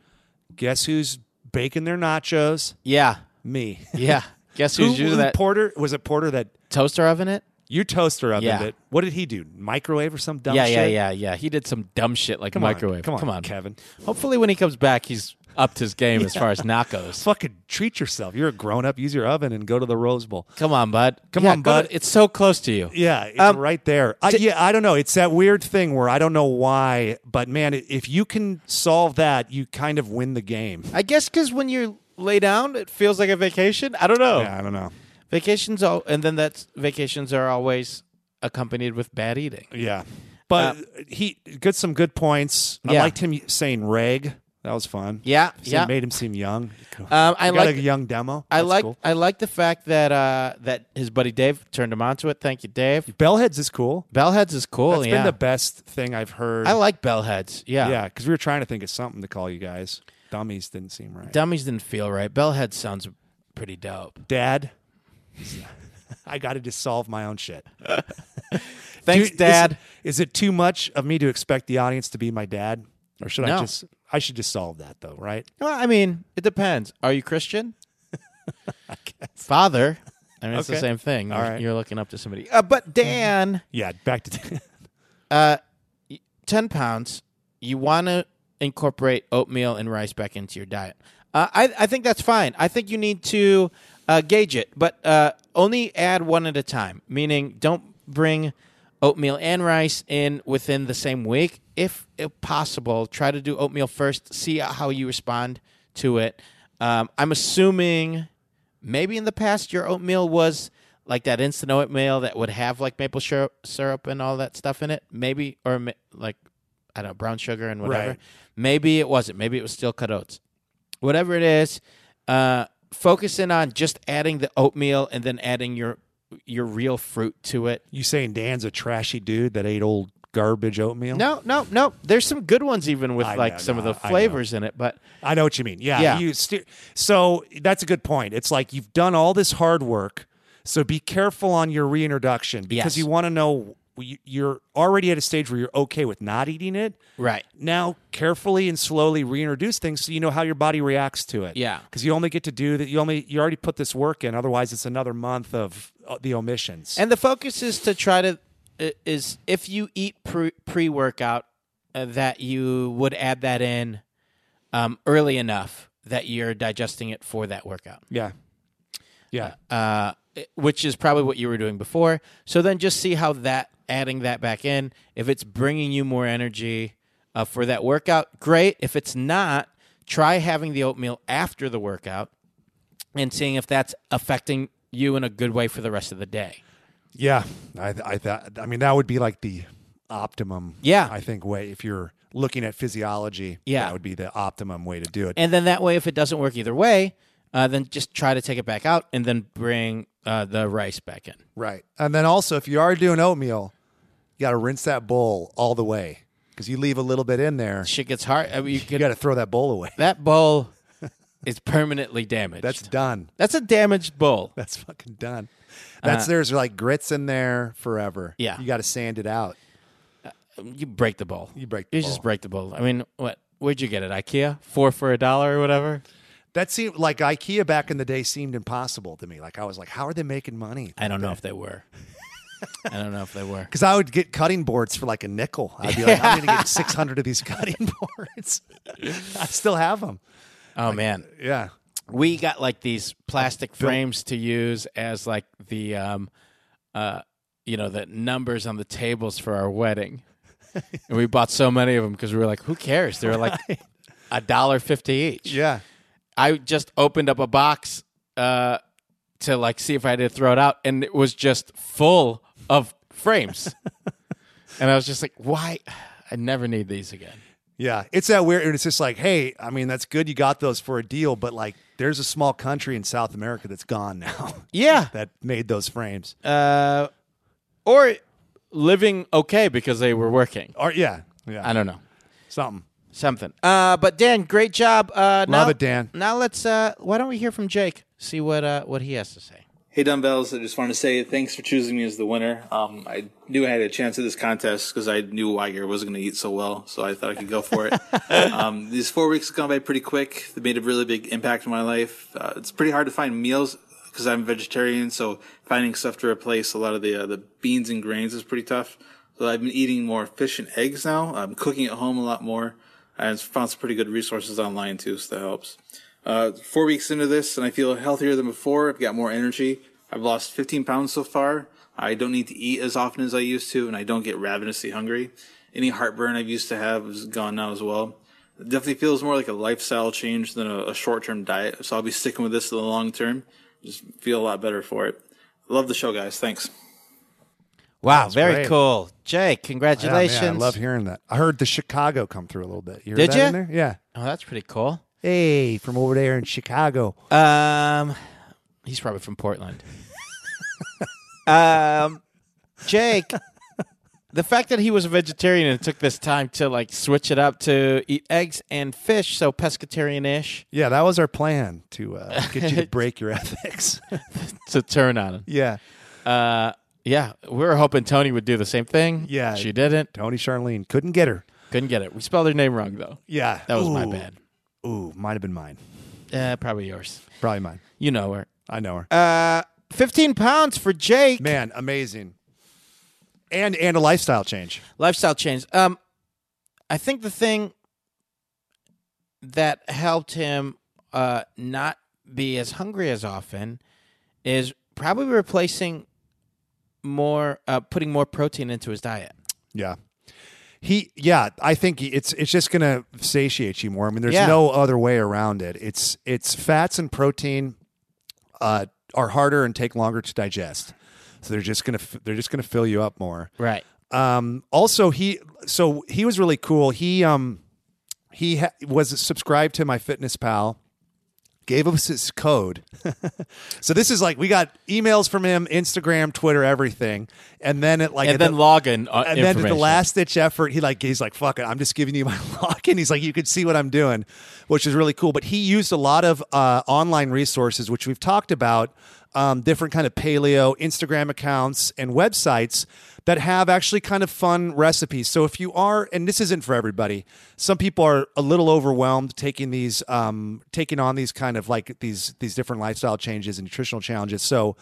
Speaker 5: Guess who's baking their nachos?
Speaker 2: yeah,
Speaker 5: Me. <laughs>
Speaker 2: yeah. Guess
Speaker 5: Who,
Speaker 2: who's
Speaker 5: who
Speaker 2: using that
Speaker 5: Porter was it Porter that
Speaker 2: toaster oven? It.
Speaker 5: your toaster oven?
Speaker 2: Yeah.
Speaker 5: That what did he do? Microwave or some dumb
Speaker 2: yeah,
Speaker 5: shit?
Speaker 2: yeah, yeah, yeah. He did some dumb shit like
Speaker 5: Come on,
Speaker 2: microwave.
Speaker 5: come on, Kevin.
Speaker 2: Hopefully, when he comes back, he's upped his game <laughs> as far as nachos.
Speaker 5: Fucking treat yourself. You're a grown up. Use your oven and go to the Rose Bowl.
Speaker 2: Come on, bud.
Speaker 5: Come
Speaker 2: Yeah,
Speaker 5: on,
Speaker 2: go to-
Speaker 5: bud.
Speaker 2: it's so close to you.
Speaker 5: Yeah, it's
Speaker 2: Um,
Speaker 5: right there. I, yeah, I don't know. It's that weird thing where I don't know why, but man, i- if you can solve that, you kind of win the game.
Speaker 2: I guess because when you lay down, it feels like a vacation. I don't know.
Speaker 5: Yeah, I don't know.
Speaker 2: Vacations, all, and then that's vacations are always accompanied with bad eating.
Speaker 5: Yeah, but he got some good points. I
Speaker 2: Uh, Yeah.
Speaker 5: liked him saying "reg." That was fun.
Speaker 2: Yeah,
Speaker 5: So it
Speaker 2: yeah.
Speaker 5: made him seem young.
Speaker 2: Um, I
Speaker 5: You got
Speaker 2: like.
Speaker 5: a young demo.
Speaker 2: I
Speaker 5: That's
Speaker 2: like.
Speaker 5: cool.
Speaker 2: I like the fact that uh, that his buddy Dave turned him onto it. Thank you, Dave.
Speaker 5: Bellheads is cool.
Speaker 2: Bellheads is cool.
Speaker 5: That's
Speaker 2: yeah,
Speaker 5: been the best thing I've heard.
Speaker 2: I like Bellheads.
Speaker 5: yeah, because we were trying to think of something to call you guys. Dummies didn't seem right.
Speaker 2: Dummies didn't feel right. Bellhead sounds pretty dope.
Speaker 5: Dad, <laughs> I got to just solve my own shit.
Speaker 2: Thanks,
Speaker 5: Do- is-
Speaker 2: Dad.
Speaker 5: Is, it too much of me to expect the audience to be my dad, or should
Speaker 2: No.
Speaker 5: I just? I should just solve that though, right?
Speaker 2: Well, I mean, it depends. Are you <laughs> Christian? Father. I mean, it's the
Speaker 5: Okay.
Speaker 2: same thing.
Speaker 5: All right.
Speaker 2: You're looking up to somebody. Uh, but Dan,
Speaker 5: Yeah. Back to <laughs>
Speaker 2: uh, y- 10 pounds, you want to incorporate oatmeal and rice back into your diet. Uh, I, I think that's fine. I think you need to uh, gauge it, but uh, only add one at a time, meaning don't bring oatmeal and rice in within the same week. If, if possible, try to do oatmeal first, see how you respond to it. Um, I'm assuming maybe in the past your oatmeal was like that instant oatmeal that would have like maple syrup, syrup and all that stuff in it. Maybe or ma- like I don't know brown sugar and whatever.
Speaker 5: Right.
Speaker 2: Maybe it wasn't. Maybe it was still cut oats. Whatever it is, uh, focus in on just adding the oatmeal and then adding your your real fruit to it.
Speaker 5: you saying Dan's a trashy dude that ate old garbage oatmeal.
Speaker 2: No, no, no. There's some good ones even with
Speaker 5: I
Speaker 2: like
Speaker 5: know,
Speaker 2: some
Speaker 5: no,
Speaker 2: of the
Speaker 5: I know.
Speaker 2: flavors in it, but
Speaker 5: I know what you mean. Yeah.
Speaker 2: Yeah.
Speaker 5: You steer. So that's a good point. It's like you've done all this hard work. So be careful on your reintroduction because
Speaker 2: Yes.
Speaker 5: you want to know you- you're already at a stage where you're okay with not eating it.
Speaker 2: Right.
Speaker 5: Now, carefully and slowly reintroduce things so you know how your body reacts to it.
Speaker 2: Yeah.
Speaker 5: Because you only get to do that. You only, you already put this work in. Otherwise, it's another month of uh, the omissions.
Speaker 2: And the focus is to try to i- is if you eat pre pre workout uh, that you would add that in um, early enough that you're digesting it for that workout,
Speaker 5: yeah. Yeah.
Speaker 2: uh, it- which is probably what you were doing before. So then just see how that adding that back in if it's bringing you more energy uh, for that workout, great. If it's not, try having the oatmeal after the workout and seeing if that's affecting you in a good way for the rest of the day.
Speaker 5: Yeah, I th- I thought I mean that would be like the optimum.
Speaker 2: Yeah.
Speaker 5: I think way if you're looking at physiology.
Speaker 2: Yeah.
Speaker 5: that would be the optimum way to do it.
Speaker 2: And then that way, if it doesn't work either way, uh, then just try to take it back out and then bring uh, the rice back in.
Speaker 5: right, and then also if you are doing oatmeal, you got to rinse that bowl all the way because you leave a little bit in there,
Speaker 2: Shit gets hard. I mean, you
Speaker 5: <laughs> you
Speaker 2: could,
Speaker 5: got to throw that bowl away.
Speaker 2: that bowl is permanently damaged.
Speaker 5: That's done.
Speaker 2: that's a damaged bowl.
Speaker 5: That's fucking done. That's there's like grits in there forever.
Speaker 2: Uh, Yeah.
Speaker 5: you got to sand it out.
Speaker 2: You break the bowl.
Speaker 5: You break the
Speaker 2: You
Speaker 5: bowl.
Speaker 2: just break the bowl. I mean, what? Where'd you get it? IKEA, four for a dollar or whatever.
Speaker 5: That seemed like IKEA back in the day seemed impossible to me. Like I was like, how are they making money?
Speaker 2: I don't know if they were. I don't know if they were.
Speaker 5: Because I would get cutting boards for like a nickel. I'd be like, I'm going to
Speaker 2: <laughs>
Speaker 5: get 600 of these cutting boards. <laughs> I still have them.
Speaker 2: Oh man,
Speaker 5: Yeah.
Speaker 2: we got like these plastic frames to use as like the um uh you know the numbers on the tables for our <laughs> wedding and we bought so many of them because we were like who cares they were <laughs> like a dollar fifty each
Speaker 5: Yeah.
Speaker 2: i just opened up a box uh to like see if I had to throw it out, and it was just full of <laughs> frames. and I was just like, why? I never need these again.
Speaker 5: Yeah, it's that weird. and It's just like, hey, I mean, that's good you got those for a deal, but like, there's a small country in South America that's gone now
Speaker 2: Yeah.
Speaker 5: <laughs> that made those frames.
Speaker 2: Uh, or living okay because they were working.
Speaker 5: or yeah, yeah,
Speaker 2: I don't know.
Speaker 5: something.
Speaker 2: Something. Uh, but Dan, great job. Uh, now,
Speaker 5: Love it, Dan.
Speaker 2: Now let's. Uh, why don't we hear from Jake? See what uh, what he has to say.
Speaker 6: Hey Dumbbells, I just wanted to say thanks for choosing me as the winner. Um, I knew I had a chance at this contest because I knew Weiger wasn't going to eat so well, so I thought I could go for it. um, these four weeks have gone by pretty quick. They made a really big impact in my life. Uh, it's pretty hard to find meals because I'm vegetarian, so finding stuff to replace a lot of the uh, the beans and grains is pretty tough. So I've been eating more fish and eggs now. I'm cooking at home a lot more. I found some pretty good resources online too, so that helps. Uh, four weeks into this, and I feel healthier than before. I've got more energy. I've lost 15 pounds so far. I don't need to eat as often as I used to, and I don't get ravenously hungry. Any heartburn I've used to have is gone now as well. It definitely feels more like a lifestyle change than a, a short-term diet, so I'll be sticking with this in the long term. Just feel a lot better for it. Love the show, guys. Thanks.
Speaker 2: Wow, very
Speaker 5: great.
Speaker 2: cool, Jake.
Speaker 5: Yeah, Oh, man,
Speaker 2: Congratulations.
Speaker 5: I love hearing that. I heard the Chicago come through a little bit. You heard
Speaker 2: Did
Speaker 5: that
Speaker 2: ya?
Speaker 5: in there? Yeah.
Speaker 2: Oh, that's pretty cool.
Speaker 5: Hey, from over there in Chicago.
Speaker 2: Um, he's probably from Portland. <laughs> um, Jake, the fact that he was a vegetarian and took this time to like switch it up to eat eggs and fish, so pescatarian-ish,
Speaker 5: Yeah, that was our plan to uh, get you <laughs> to break your ethics.
Speaker 2: to turn on him.
Speaker 5: <laughs> yeah,
Speaker 2: Uh, yeah, we were hoping Tony would do the same thing.
Speaker 5: Yeah.
Speaker 2: she didn't.
Speaker 5: Tony Charlene couldn't get her.
Speaker 2: Couldn't get it. We spelled her name wrong though.
Speaker 5: Yeah,
Speaker 2: That was my
Speaker 5: Ooh.
Speaker 2: bad.
Speaker 5: Ooh, might have been mine.
Speaker 2: Uh, probably yours.
Speaker 5: Probably mine.
Speaker 2: You know her.
Speaker 5: I know her.
Speaker 2: Uh, fifteen pounds for Jake.
Speaker 5: Man, amazing. And and a lifestyle change.
Speaker 2: lifestyle change. Um, I think the thing that helped him uh, not be as hungry as often is probably replacing more, uh, putting more protein into his diet.
Speaker 5: Yeah. He yeah, I think it's it's just going to satiate you more. I mean, there's
Speaker 2: Yeah.
Speaker 5: no other way around it. It's it's fats and protein uh, are harder and take longer to digest. So they're just going to they're just going to fill you up more.
Speaker 2: Right.
Speaker 5: Um, also, he so he was really cool. He um he ha- was subscribed to my Fitness Pal, gave us his code. <laughs> so this is like we got emails from him, Instagram, Twitter, everything, and then it like
Speaker 2: And
Speaker 5: at
Speaker 2: then
Speaker 5: the-
Speaker 2: login uh,
Speaker 5: and then at the
Speaker 2: information.
Speaker 5: last ditch effort, he like he's like, "Fuck it, I'm just giving you my <laughs> login." He's like, "You can see what I'm doing," which is really cool. But he used a lot of uh, online resources, which we've talked about, um, different kind of paleo Instagram accounts and websites that have actually kind of fun recipes. So if you are, and this isn't for everybody, some people are a little overwhelmed taking these, um, taking on these kind of like these these different lifestyle changes and nutritional challenges. So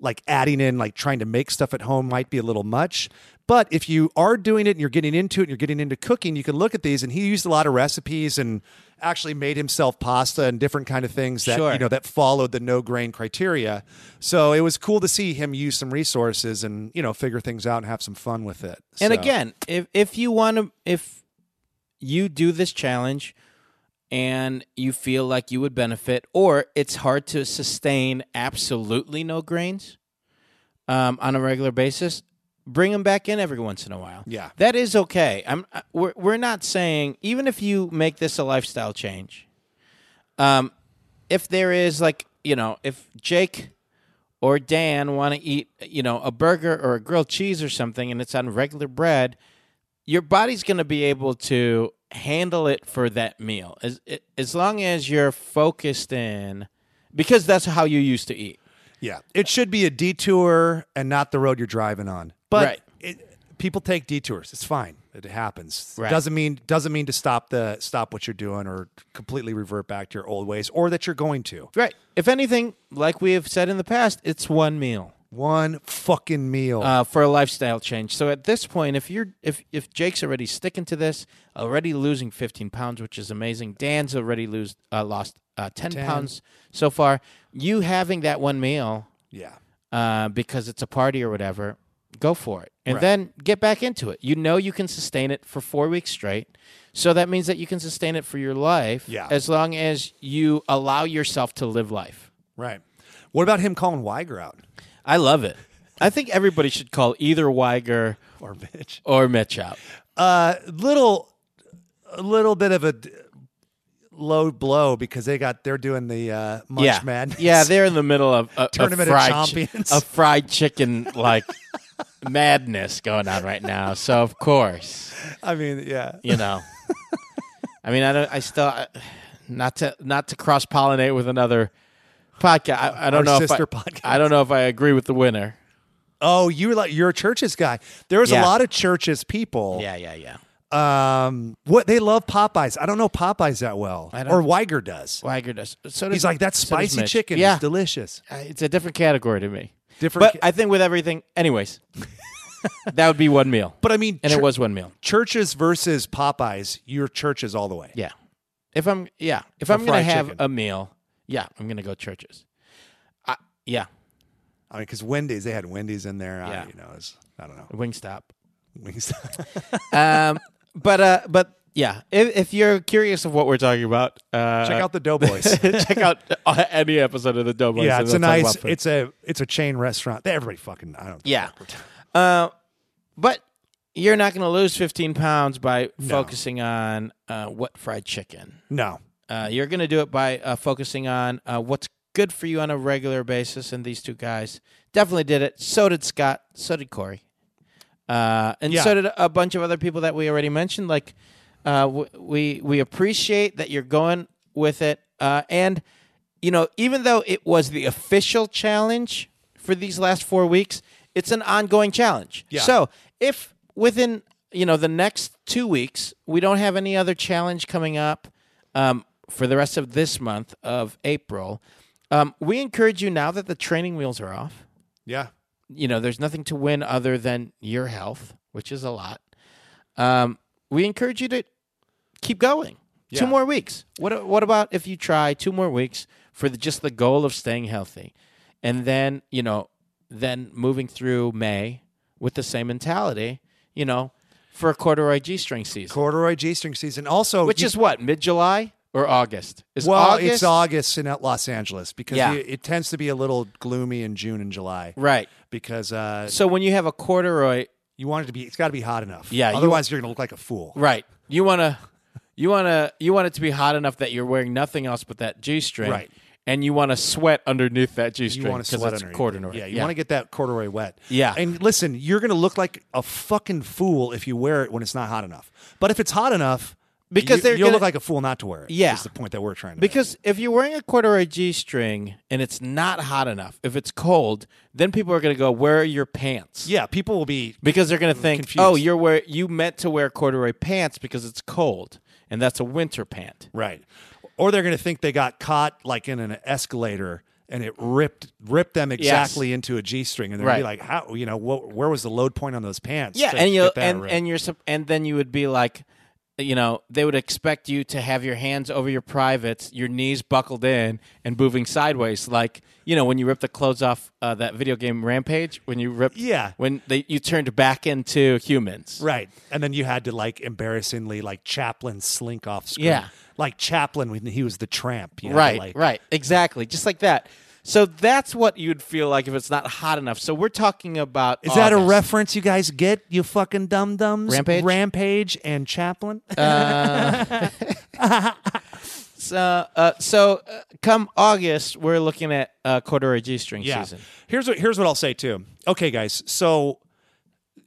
Speaker 5: like adding in like trying to make stuff at home might be a little much but if you are doing it and you're getting into it and you're getting into cooking you can look at these and he used a lot of recipes and actually made himself pasta and different kind of things that
Speaker 2: Sure.
Speaker 5: you know that followed the no grain criteria so it was cool to see him use some resources and you know figure things out and have some fun with it
Speaker 2: And
Speaker 5: So-
Speaker 2: again, if if you want to, if you do this challenge and you feel like you would benefit, or it's hard to sustain absolutely no grains um, on a regular basis, bring them back in every once in a while.
Speaker 5: Yeah.
Speaker 2: that is okay. I'm I- we're we're not saying even if you make this a lifestyle change, um, if there is like you know if Jake or Dan want to eat, you know, a burger or a grilled cheese or something and it's on regular bread, your body's going to be able to handle it for that meal. As as long as you're focused in because that's how you used to eat.
Speaker 5: yeah it should be a detour and not the road you're driving on but
Speaker 2: Right.
Speaker 5: it, people take detours it's fine it happens
Speaker 2: Right.
Speaker 5: doesn't mean doesn't mean to stop the stop what you're doing or completely revert back to your old ways or that you're going to
Speaker 2: Right. If anything, like we have said in the past, it's one meal.
Speaker 5: one fucking meal
Speaker 2: uh, for a lifestyle change. So at this point, if you're if if Jake's already sticking to this, already losing 15 pounds, which is amazing. Dan's already lose, uh, lost uh, 10, pounds so far. You having that one meal
Speaker 5: yeah
Speaker 2: uh, because it's a party or whatever, go for it, and
Speaker 5: Right.
Speaker 2: then get back into it. You know you can sustain it for four weeks straight, so that means that you can sustain it for your life
Speaker 5: Yeah.
Speaker 2: as long as you allow yourself to live life.
Speaker 5: Right. What about him calling Weiger out <laughs>
Speaker 2: I love it. I think everybody should call either Weiger
Speaker 5: or Mitch?
Speaker 2: or Mitch out.
Speaker 5: Uh, little, a little bit of a d- low blow because they got they're doing the uh, Munch
Speaker 2: yeah, <laughs>
Speaker 5: Madness. <laughs>
Speaker 2: yeah, they're in the middle of a, a
Speaker 5: Tournament of
Speaker 2: fried chi-
Speaker 5: Champions.
Speaker 2: a fried chicken like <laughs> madness going on right now. So of course,
Speaker 5: I mean, yeah.
Speaker 2: you know, I mean, I don't, I still, not to not to cross pollinate with another podcast. I, I don't
Speaker 5: Our
Speaker 2: know
Speaker 5: sister
Speaker 2: if I,
Speaker 5: podcast.
Speaker 2: I don't know if I agree with the winner.
Speaker 5: Oh, you were like you're a churches guy. There was
Speaker 2: Yeah.
Speaker 5: a lot of churches people.
Speaker 2: Yeah, yeah, yeah.
Speaker 5: Um, what they love Popeyes. I don't know Popeyes that well,
Speaker 2: I don't-
Speaker 5: or Weiger does.
Speaker 2: Weiger does. So does
Speaker 5: He's like that
Speaker 2: so does
Speaker 5: spicy
Speaker 2: Mitch."
Speaker 5: chicken
Speaker 2: Yeah,
Speaker 5: is delicious.
Speaker 2: Uh, it's a different category to me.
Speaker 5: Different.
Speaker 2: But
Speaker 5: ca-
Speaker 2: I think with everything,
Speaker 5: <laughs>
Speaker 2: anyways, that would be one meal,
Speaker 5: but I mean,
Speaker 2: and
Speaker 5: chur-
Speaker 2: it was one meal.
Speaker 5: churches versus Popeyes. Your churches all the way.
Speaker 2: Yeah. If I'm yeah, if
Speaker 5: Or
Speaker 2: I'm gonna
Speaker 5: fried
Speaker 2: have
Speaker 5: chicken.
Speaker 2: a meal, yeah, I'm gonna go churches. I, yeah,
Speaker 5: I mean, because Wendy's they had Wendy's in there.
Speaker 2: Yeah.
Speaker 5: I, you know, it was, I don't know.
Speaker 2: <laughs> Wingstop.
Speaker 5: Wings- <laughs>
Speaker 2: Um, but uh, but yeah, if, if you're curious of what we're talking about, uh,
Speaker 5: Check out the Doughboys.
Speaker 2: <laughs> check out uh, <laughs> any episode of the Doughboys.
Speaker 5: yeah,
Speaker 2: and
Speaker 5: it's a
Speaker 2: we'll talk
Speaker 5: nice.
Speaker 2: about food.
Speaker 5: It's a it's a chain restaurant. Everybody fucking. I don't.
Speaker 2: yeah. Uh, but you're not gonna lose 15 pounds by focusing on uh, what fried chicken.
Speaker 5: No.
Speaker 2: Uh, you're going to do it by uh, focusing on uh, what's good for you on a regular basis. And these two guys definitely did it. So did Scott. So did Corey. Uh, and
Speaker 5: Yeah.
Speaker 2: so did a bunch of other people that we already mentioned. Like, uh, w- we we appreciate that you're going with it. Uh, and you know, even though it was the official challenge for these last four weeks, it's an ongoing challenge.
Speaker 5: Yeah.
Speaker 2: So if within you know the next two weeks we don't have any other challenge coming up um, for the rest of this month of April, um, we encourage you now that the training wheels are off.
Speaker 5: Yeah.
Speaker 2: You know, there's nothing to win other than your health, which is a lot. Um, we encourage you to keep going.
Speaker 5: Yeah.
Speaker 2: Two more weeks. What what about if you try two more weeks for the, just the goal of staying healthy, and then you know, then moving through May with the same mentality, you know, for a corduroy g-string season,
Speaker 5: Corduroy G-string season. Also,
Speaker 2: which
Speaker 5: you-
Speaker 2: is what mid July or August? Is
Speaker 5: well,
Speaker 2: August,
Speaker 5: it's August in Los Angeles because
Speaker 2: Yeah.
Speaker 5: it, it tends to be a little gloomy in June and July
Speaker 2: right?
Speaker 5: because uh,
Speaker 2: So when you have a corduroy,
Speaker 5: you want it to be. It's got to be hot enough.
Speaker 2: Yeah, you-
Speaker 5: Otherwise, you, are gonna look like a fool.
Speaker 2: right? You wanna, you wanna, you want it to be hot enough that you're wearing nothing else but that g-string,
Speaker 5: Right.
Speaker 2: And you want to sweat underneath that g-string
Speaker 5: You want to sweat
Speaker 2: it's
Speaker 5: underneath it.
Speaker 2: corduroy.
Speaker 5: Yeah, you want to get that corduroy wet.
Speaker 2: Yeah.
Speaker 5: And listen, you're going to look like a fucking fool if you wear it when it's not hot enough. But if it's hot enough,
Speaker 2: Because
Speaker 5: you,
Speaker 2: they're
Speaker 5: you'll
Speaker 2: gonna-
Speaker 5: look like a fool not to wear it.
Speaker 2: Yeah.
Speaker 5: is the point that we're trying to make.
Speaker 2: Because if you're wearing a corduroy G string and it's not hot enough, if it's cold, then people are going to go, Where are your pants?
Speaker 5: yeah, people will be
Speaker 2: Because they're going to think,
Speaker 5: Confused.
Speaker 2: Oh, you're wear- you meant to wear corduroy pants because it's cold. And that's a winter pant.
Speaker 5: right, or they're going to think they got caught like in an escalator. And it ripped ripped them exactly into a G string, and they're gonna
Speaker 2: Right.
Speaker 5: be like, "How you know wh- where was the load point on those pants?"
Speaker 2: Yeah.
Speaker 5: to
Speaker 2: And, you'll,
Speaker 5: get that
Speaker 2: and,
Speaker 5: ripped?
Speaker 2: and, you're, sup- and then you would be like, you know, they would expect you to have your hands over your privates, your knees buckled in, and moving sideways, like you know when you ripped the clothes off uh, that video game Rampage. When you ripped,
Speaker 5: Yeah.
Speaker 2: when they, you turned back into humans,
Speaker 5: Right. And then you had to like embarrassingly like Chaplin slink off screen.
Speaker 2: Yeah.
Speaker 5: Like Chaplin when he was the tramp. You know,
Speaker 2: right,
Speaker 5: like-
Speaker 2: right, exactly, just like that. So that's what you'd feel like if it's not hot enough. So we're talking about
Speaker 5: Is that a
Speaker 2: August.
Speaker 5: reference you guys get, you fucking dum dums?
Speaker 2: Rampage?
Speaker 5: Rampage and Chaplin?
Speaker 2: <laughs> So, uh, so uh, come August, we're looking at uh, corduroy g-string season.
Speaker 5: Here's what here's what I'll say too. Okay, guys. So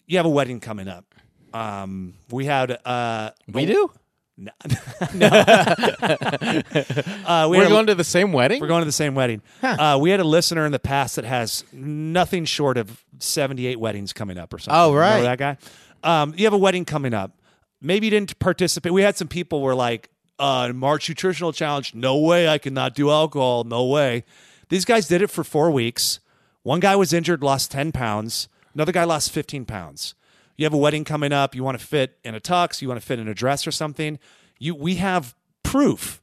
Speaker 5: you have a wedding coming up. Um we had uh
Speaker 2: We do.
Speaker 5: no. <laughs>
Speaker 2: <laughs>
Speaker 5: uh, we
Speaker 2: We're
Speaker 5: had a-
Speaker 2: going to the same wedding.
Speaker 5: We're going to the same wedding. Uh, we had a listener in the past that has nothing short of 78 weddings coming up or something.
Speaker 2: Oh, right.
Speaker 5: Remember that guy? Um, you have a wedding coming up. Maybe you didn't participate. We had some people were like, uh, March Nutritional Challenge, no way I cannot do alcohol, no way. These guys did it for four weeks. One guy was injured, lost 10 pounds. Another guy lost 15 pounds. You have a wedding coming up. You want to fit in a tux. You want to fit in a dress or something. You, we have proof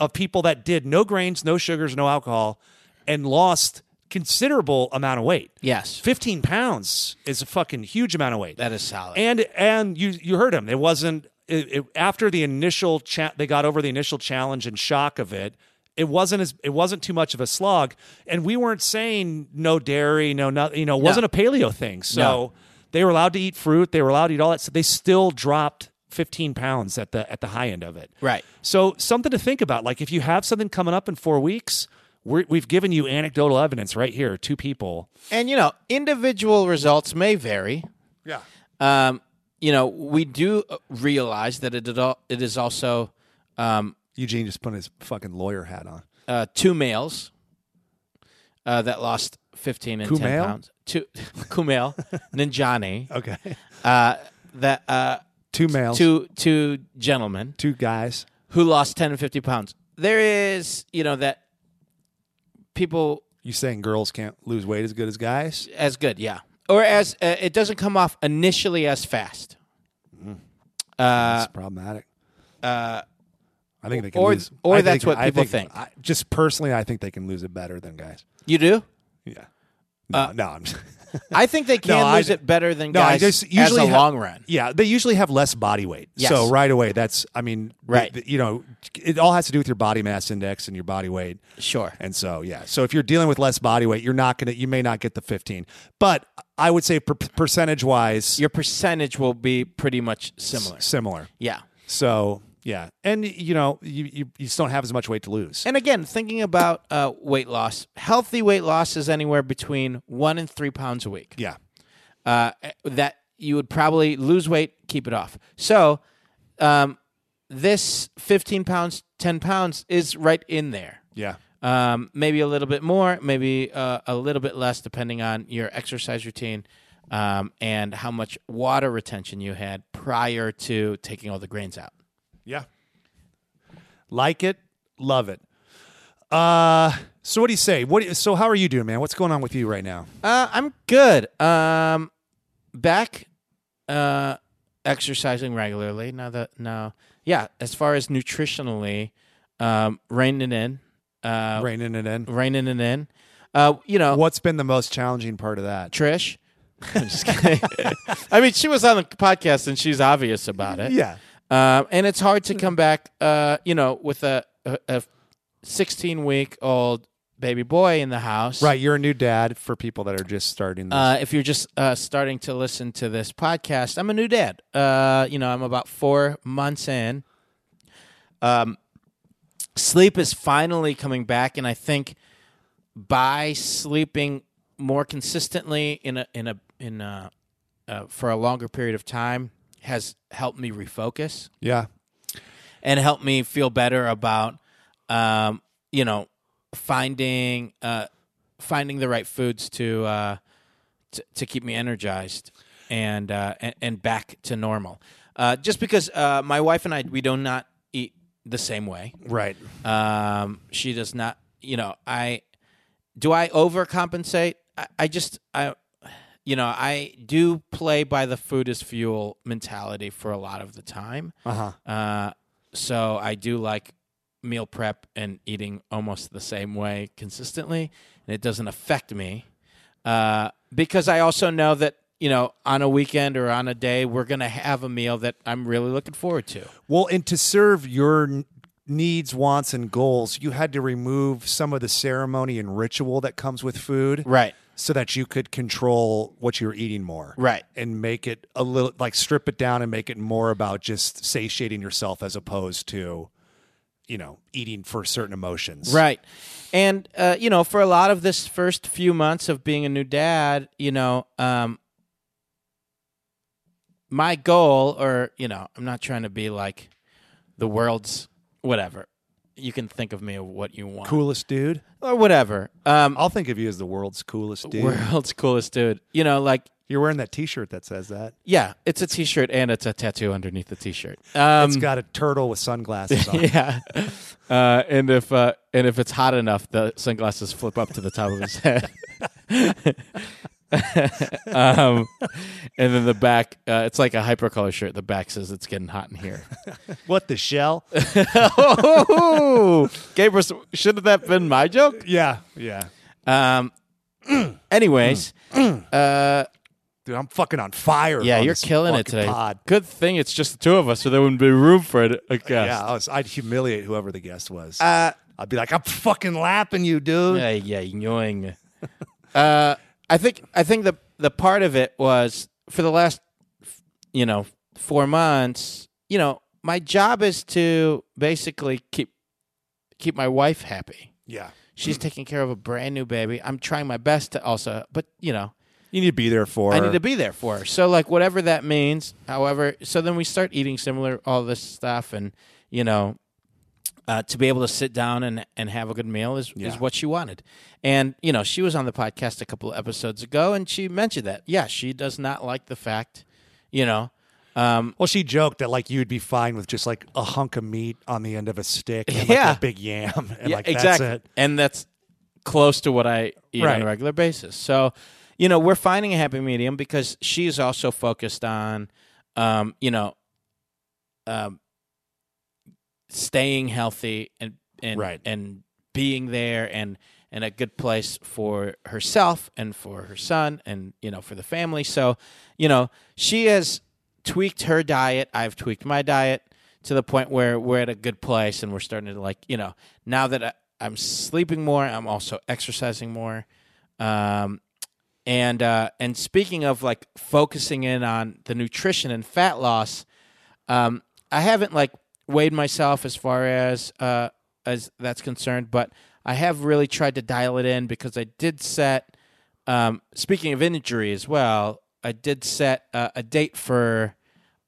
Speaker 5: of people that did no grains, no sugars, no alcohol, and lost considerable amount of weight.
Speaker 2: yes,
Speaker 5: 15 pounds is a fucking huge amount of weight.
Speaker 2: that is solid.
Speaker 5: and and you you heard him. It wasn't it, it- after the initial chat. They got over the initial challenge and shock of it. it wasn't as it wasn't too much of a slog, and we weren't saying no dairy, no nothing. You know, it wasn't a paleo thing. So
Speaker 2: No.
Speaker 5: they were allowed to eat fruit. They were allowed to eat all that. So they still dropped 15 pounds at the at the high end of it.
Speaker 2: Right.
Speaker 5: So something to think about. Like if you have something coming up in four weeks, we're, we've given you anecdotal evidence right here. Two people.
Speaker 2: And you know, individual results may vary.
Speaker 5: Yeah.
Speaker 2: Um, you know, we do uh, realize that it is al- it is also um,
Speaker 5: Eugene just put his fucking lawyer hat on.
Speaker 2: uh, two males uh, that lost fifteen and ten
Speaker 5: Kumail?
Speaker 2: pounds. Two <laughs>
Speaker 5: <laughs>
Speaker 2: Kumail Ninjani
Speaker 5: Okay.
Speaker 2: uh, that uh,
Speaker 5: <laughs> Two males.
Speaker 2: two two gentlemen
Speaker 5: two guys.
Speaker 2: who lost ten and fifty pounds. There is, you know, that people
Speaker 5: You saying girls can't lose weight as good as guys?
Speaker 2: as good, yeah, or as uh, it doesn't come off initially as fast.
Speaker 5: That's problematic. I think they can
Speaker 2: Uh, or-
Speaker 5: lose.
Speaker 2: or
Speaker 5: I
Speaker 2: that's what
Speaker 5: I
Speaker 2: people think.
Speaker 5: I, just personally, I think they can lose it better than guys.
Speaker 2: You do?
Speaker 5: Yeah. No, no, I'm
Speaker 2: <laughs> I think they can
Speaker 5: I
Speaker 2: lose
Speaker 5: d-
Speaker 2: it better than
Speaker 5: no. I
Speaker 2: Uh, guys
Speaker 5: just
Speaker 2: as
Speaker 5: usually
Speaker 2: a
Speaker 5: ha-
Speaker 2: long run.
Speaker 5: Yeah, they usually have less body weight.
Speaker 2: Yes.
Speaker 5: So right away, that's I mean,
Speaker 2: Right.
Speaker 5: th- you know, it all has to do with your body mass index and your body weight.
Speaker 2: Sure.
Speaker 5: And so yeah, so if you're dealing with less body weight, you're not gonna, you may not get the 15, but I would say per- percentage wise,
Speaker 2: Your percentage will be pretty much similar.
Speaker 5: similar.
Speaker 2: Yeah.
Speaker 5: So yeah, and you know, you, you you just don't have as much weight to lose.
Speaker 2: And again, thinking about uh, weight loss, healthy weight loss is anywhere between one and three pounds a week.
Speaker 5: yeah,
Speaker 2: uh, that you would probably lose weight, keep it off. So, um, this 15 pounds, 10 pounds is right in there.
Speaker 5: yeah,
Speaker 2: Um, maybe a little bit more, maybe uh, a little bit less, depending on your exercise routine um, and how much water retention you had prior to taking all the grains out.
Speaker 5: yeah. Like it, love it. Uh, so what do you say? What? do you- So how are you doing, man? What's going on with you right now?
Speaker 2: Uh, I'm good. Um, back uh, exercising regularly now that now yeah. As far as nutritionally, um, reining in, uh,
Speaker 5: Reining it in.
Speaker 2: reining it in. Uh, you know,
Speaker 5: What's been the most challenging part of that?
Speaker 2: Trish. <laughs> I'm just kidding. I mean, she was on the podcast and she's obvious about it.
Speaker 5: Yeah,
Speaker 2: Um, and it's hard to come back, uh, you know, with a a- a 16 week old baby boy in the house,
Speaker 5: right. You're a new dad for people that are just starting. This.
Speaker 2: Uh, if you're just uh, starting to listen to this podcast, I'm a new dad. Uh, you know, I'm about four months in. Um, sleep is finally coming back, and I think by sleeping more consistently in a in a in a, uh, for a longer period of time has helped me refocus
Speaker 5: yeah,
Speaker 2: and helped me feel better about um, you know finding uh, finding the right foods to uh, to, to keep me energized and uh, and, and back to normal. Uh, just because uh, my wife and I we do not eat the same way.
Speaker 5: right.
Speaker 2: Um, she does not. You know, I do. I overcompensate. I, I just I. You know, I do play by the food is fuel mentality for a lot of the time.
Speaker 5: Uh huh.
Speaker 2: Uh, so I do like meal prep and eating almost the same way consistently, and it doesn't affect me uh, because I also know that you know on a weekend or on a day we're gonna have a meal that I'm really looking forward to.
Speaker 5: Well, and to serve your n- needs, wants, and goals, you had to remove some of the ceremony and ritual that comes with food.
Speaker 2: Right.
Speaker 5: So that you could control what you're eating more.
Speaker 2: Right.
Speaker 5: And make it a little like strip it down and make it more about just satiating yourself as opposed to, you know, eating for certain emotions.
Speaker 2: Right. And uh, you know, for a lot of this first few months of being a new dad, you know, um, my goal, or you know, I'm not trying to be like the world's whatever. You can think of me of what you want,
Speaker 5: Coolest dude.
Speaker 2: or whatever. Um,
Speaker 5: I'll think of you as the world's coolest dude.
Speaker 2: <laughs> world's coolest dude. You know, like
Speaker 5: You're wearing that t shirt that says that.
Speaker 2: yeah, it's a T-shirt and it's a tattoo underneath the T-shirt. Um,
Speaker 5: It's got a turtle with sunglasses
Speaker 2: <laughs>
Speaker 5: on.
Speaker 2: yeah. Uh, and if uh, and if it's hot enough, the sunglasses flip up to the top of his head. <laughs> um, and then the back, uh, it's like a hypercolor shirt. The back says it's getting hot in here.
Speaker 5: What the shell?
Speaker 2: oh, Gabriel, shouldn't that have been my joke?
Speaker 5: yeah. Yeah.
Speaker 2: Um, <clears throat> anyways, uh,
Speaker 5: Dude, I'm fucking on fire.
Speaker 2: yeah,
Speaker 5: on
Speaker 2: you're
Speaker 5: this
Speaker 2: killing it
Speaker 5: fucking
Speaker 2: today.
Speaker 5: Pod.
Speaker 2: Good thing it's just the two of us, so there wouldn't be room for it, I guess.
Speaker 5: Yeah, I was, I'd humiliate whoever the guest was.
Speaker 2: Uh,
Speaker 5: I'd be like, I'm fucking lapping you, dude.
Speaker 2: Ay, ay, yoing. <laughs> uh, I think I think the the part of it was for the last you know four months. You know, my job is to basically keep keep my wife happy.
Speaker 5: Yeah.
Speaker 2: She's taking care of a brand new baby. I'm trying my best to also, but you know,
Speaker 5: You need to be there for
Speaker 2: I
Speaker 5: her.
Speaker 2: need to be there for her. So like whatever that means, however, so then we start eating similar all this stuff and you know uh, to be able to sit down and, and have a good meal is,
Speaker 5: Yeah.
Speaker 2: is what she wanted. And, you know, she was on the podcast a couple of episodes ago and she mentioned that. Yeah, she does not like the fact, you know, um,
Speaker 5: Well, she joked that like you'd be fine with just like a hunk of meat on the end of a stick and like,
Speaker 2: Yeah.
Speaker 5: a big yam and
Speaker 2: yeah,
Speaker 5: like
Speaker 2: exactly.
Speaker 5: that's it.
Speaker 2: And that's close to what I eat on
Speaker 5: Right.
Speaker 2: a regular basis. So, you know, we're finding a happy medium because she's also focused on, um, you know, um, staying healthy and and
Speaker 5: Right.
Speaker 2: and being there and and a good place for herself and for her son and you know for the family. So, you know, she has tweaked her diet. I've tweaked my diet to the point where we're at a good place and we're starting to like you know now that I, I'm sleeping more, I'm also exercising more. Um, and uh, and speaking of like focusing in on the nutrition and fat loss, um, I haven't like weighed myself as far as uh, as that's concerned, but I have really tried to dial it in because I did set. Um, speaking of injury as well, I did set uh, a date for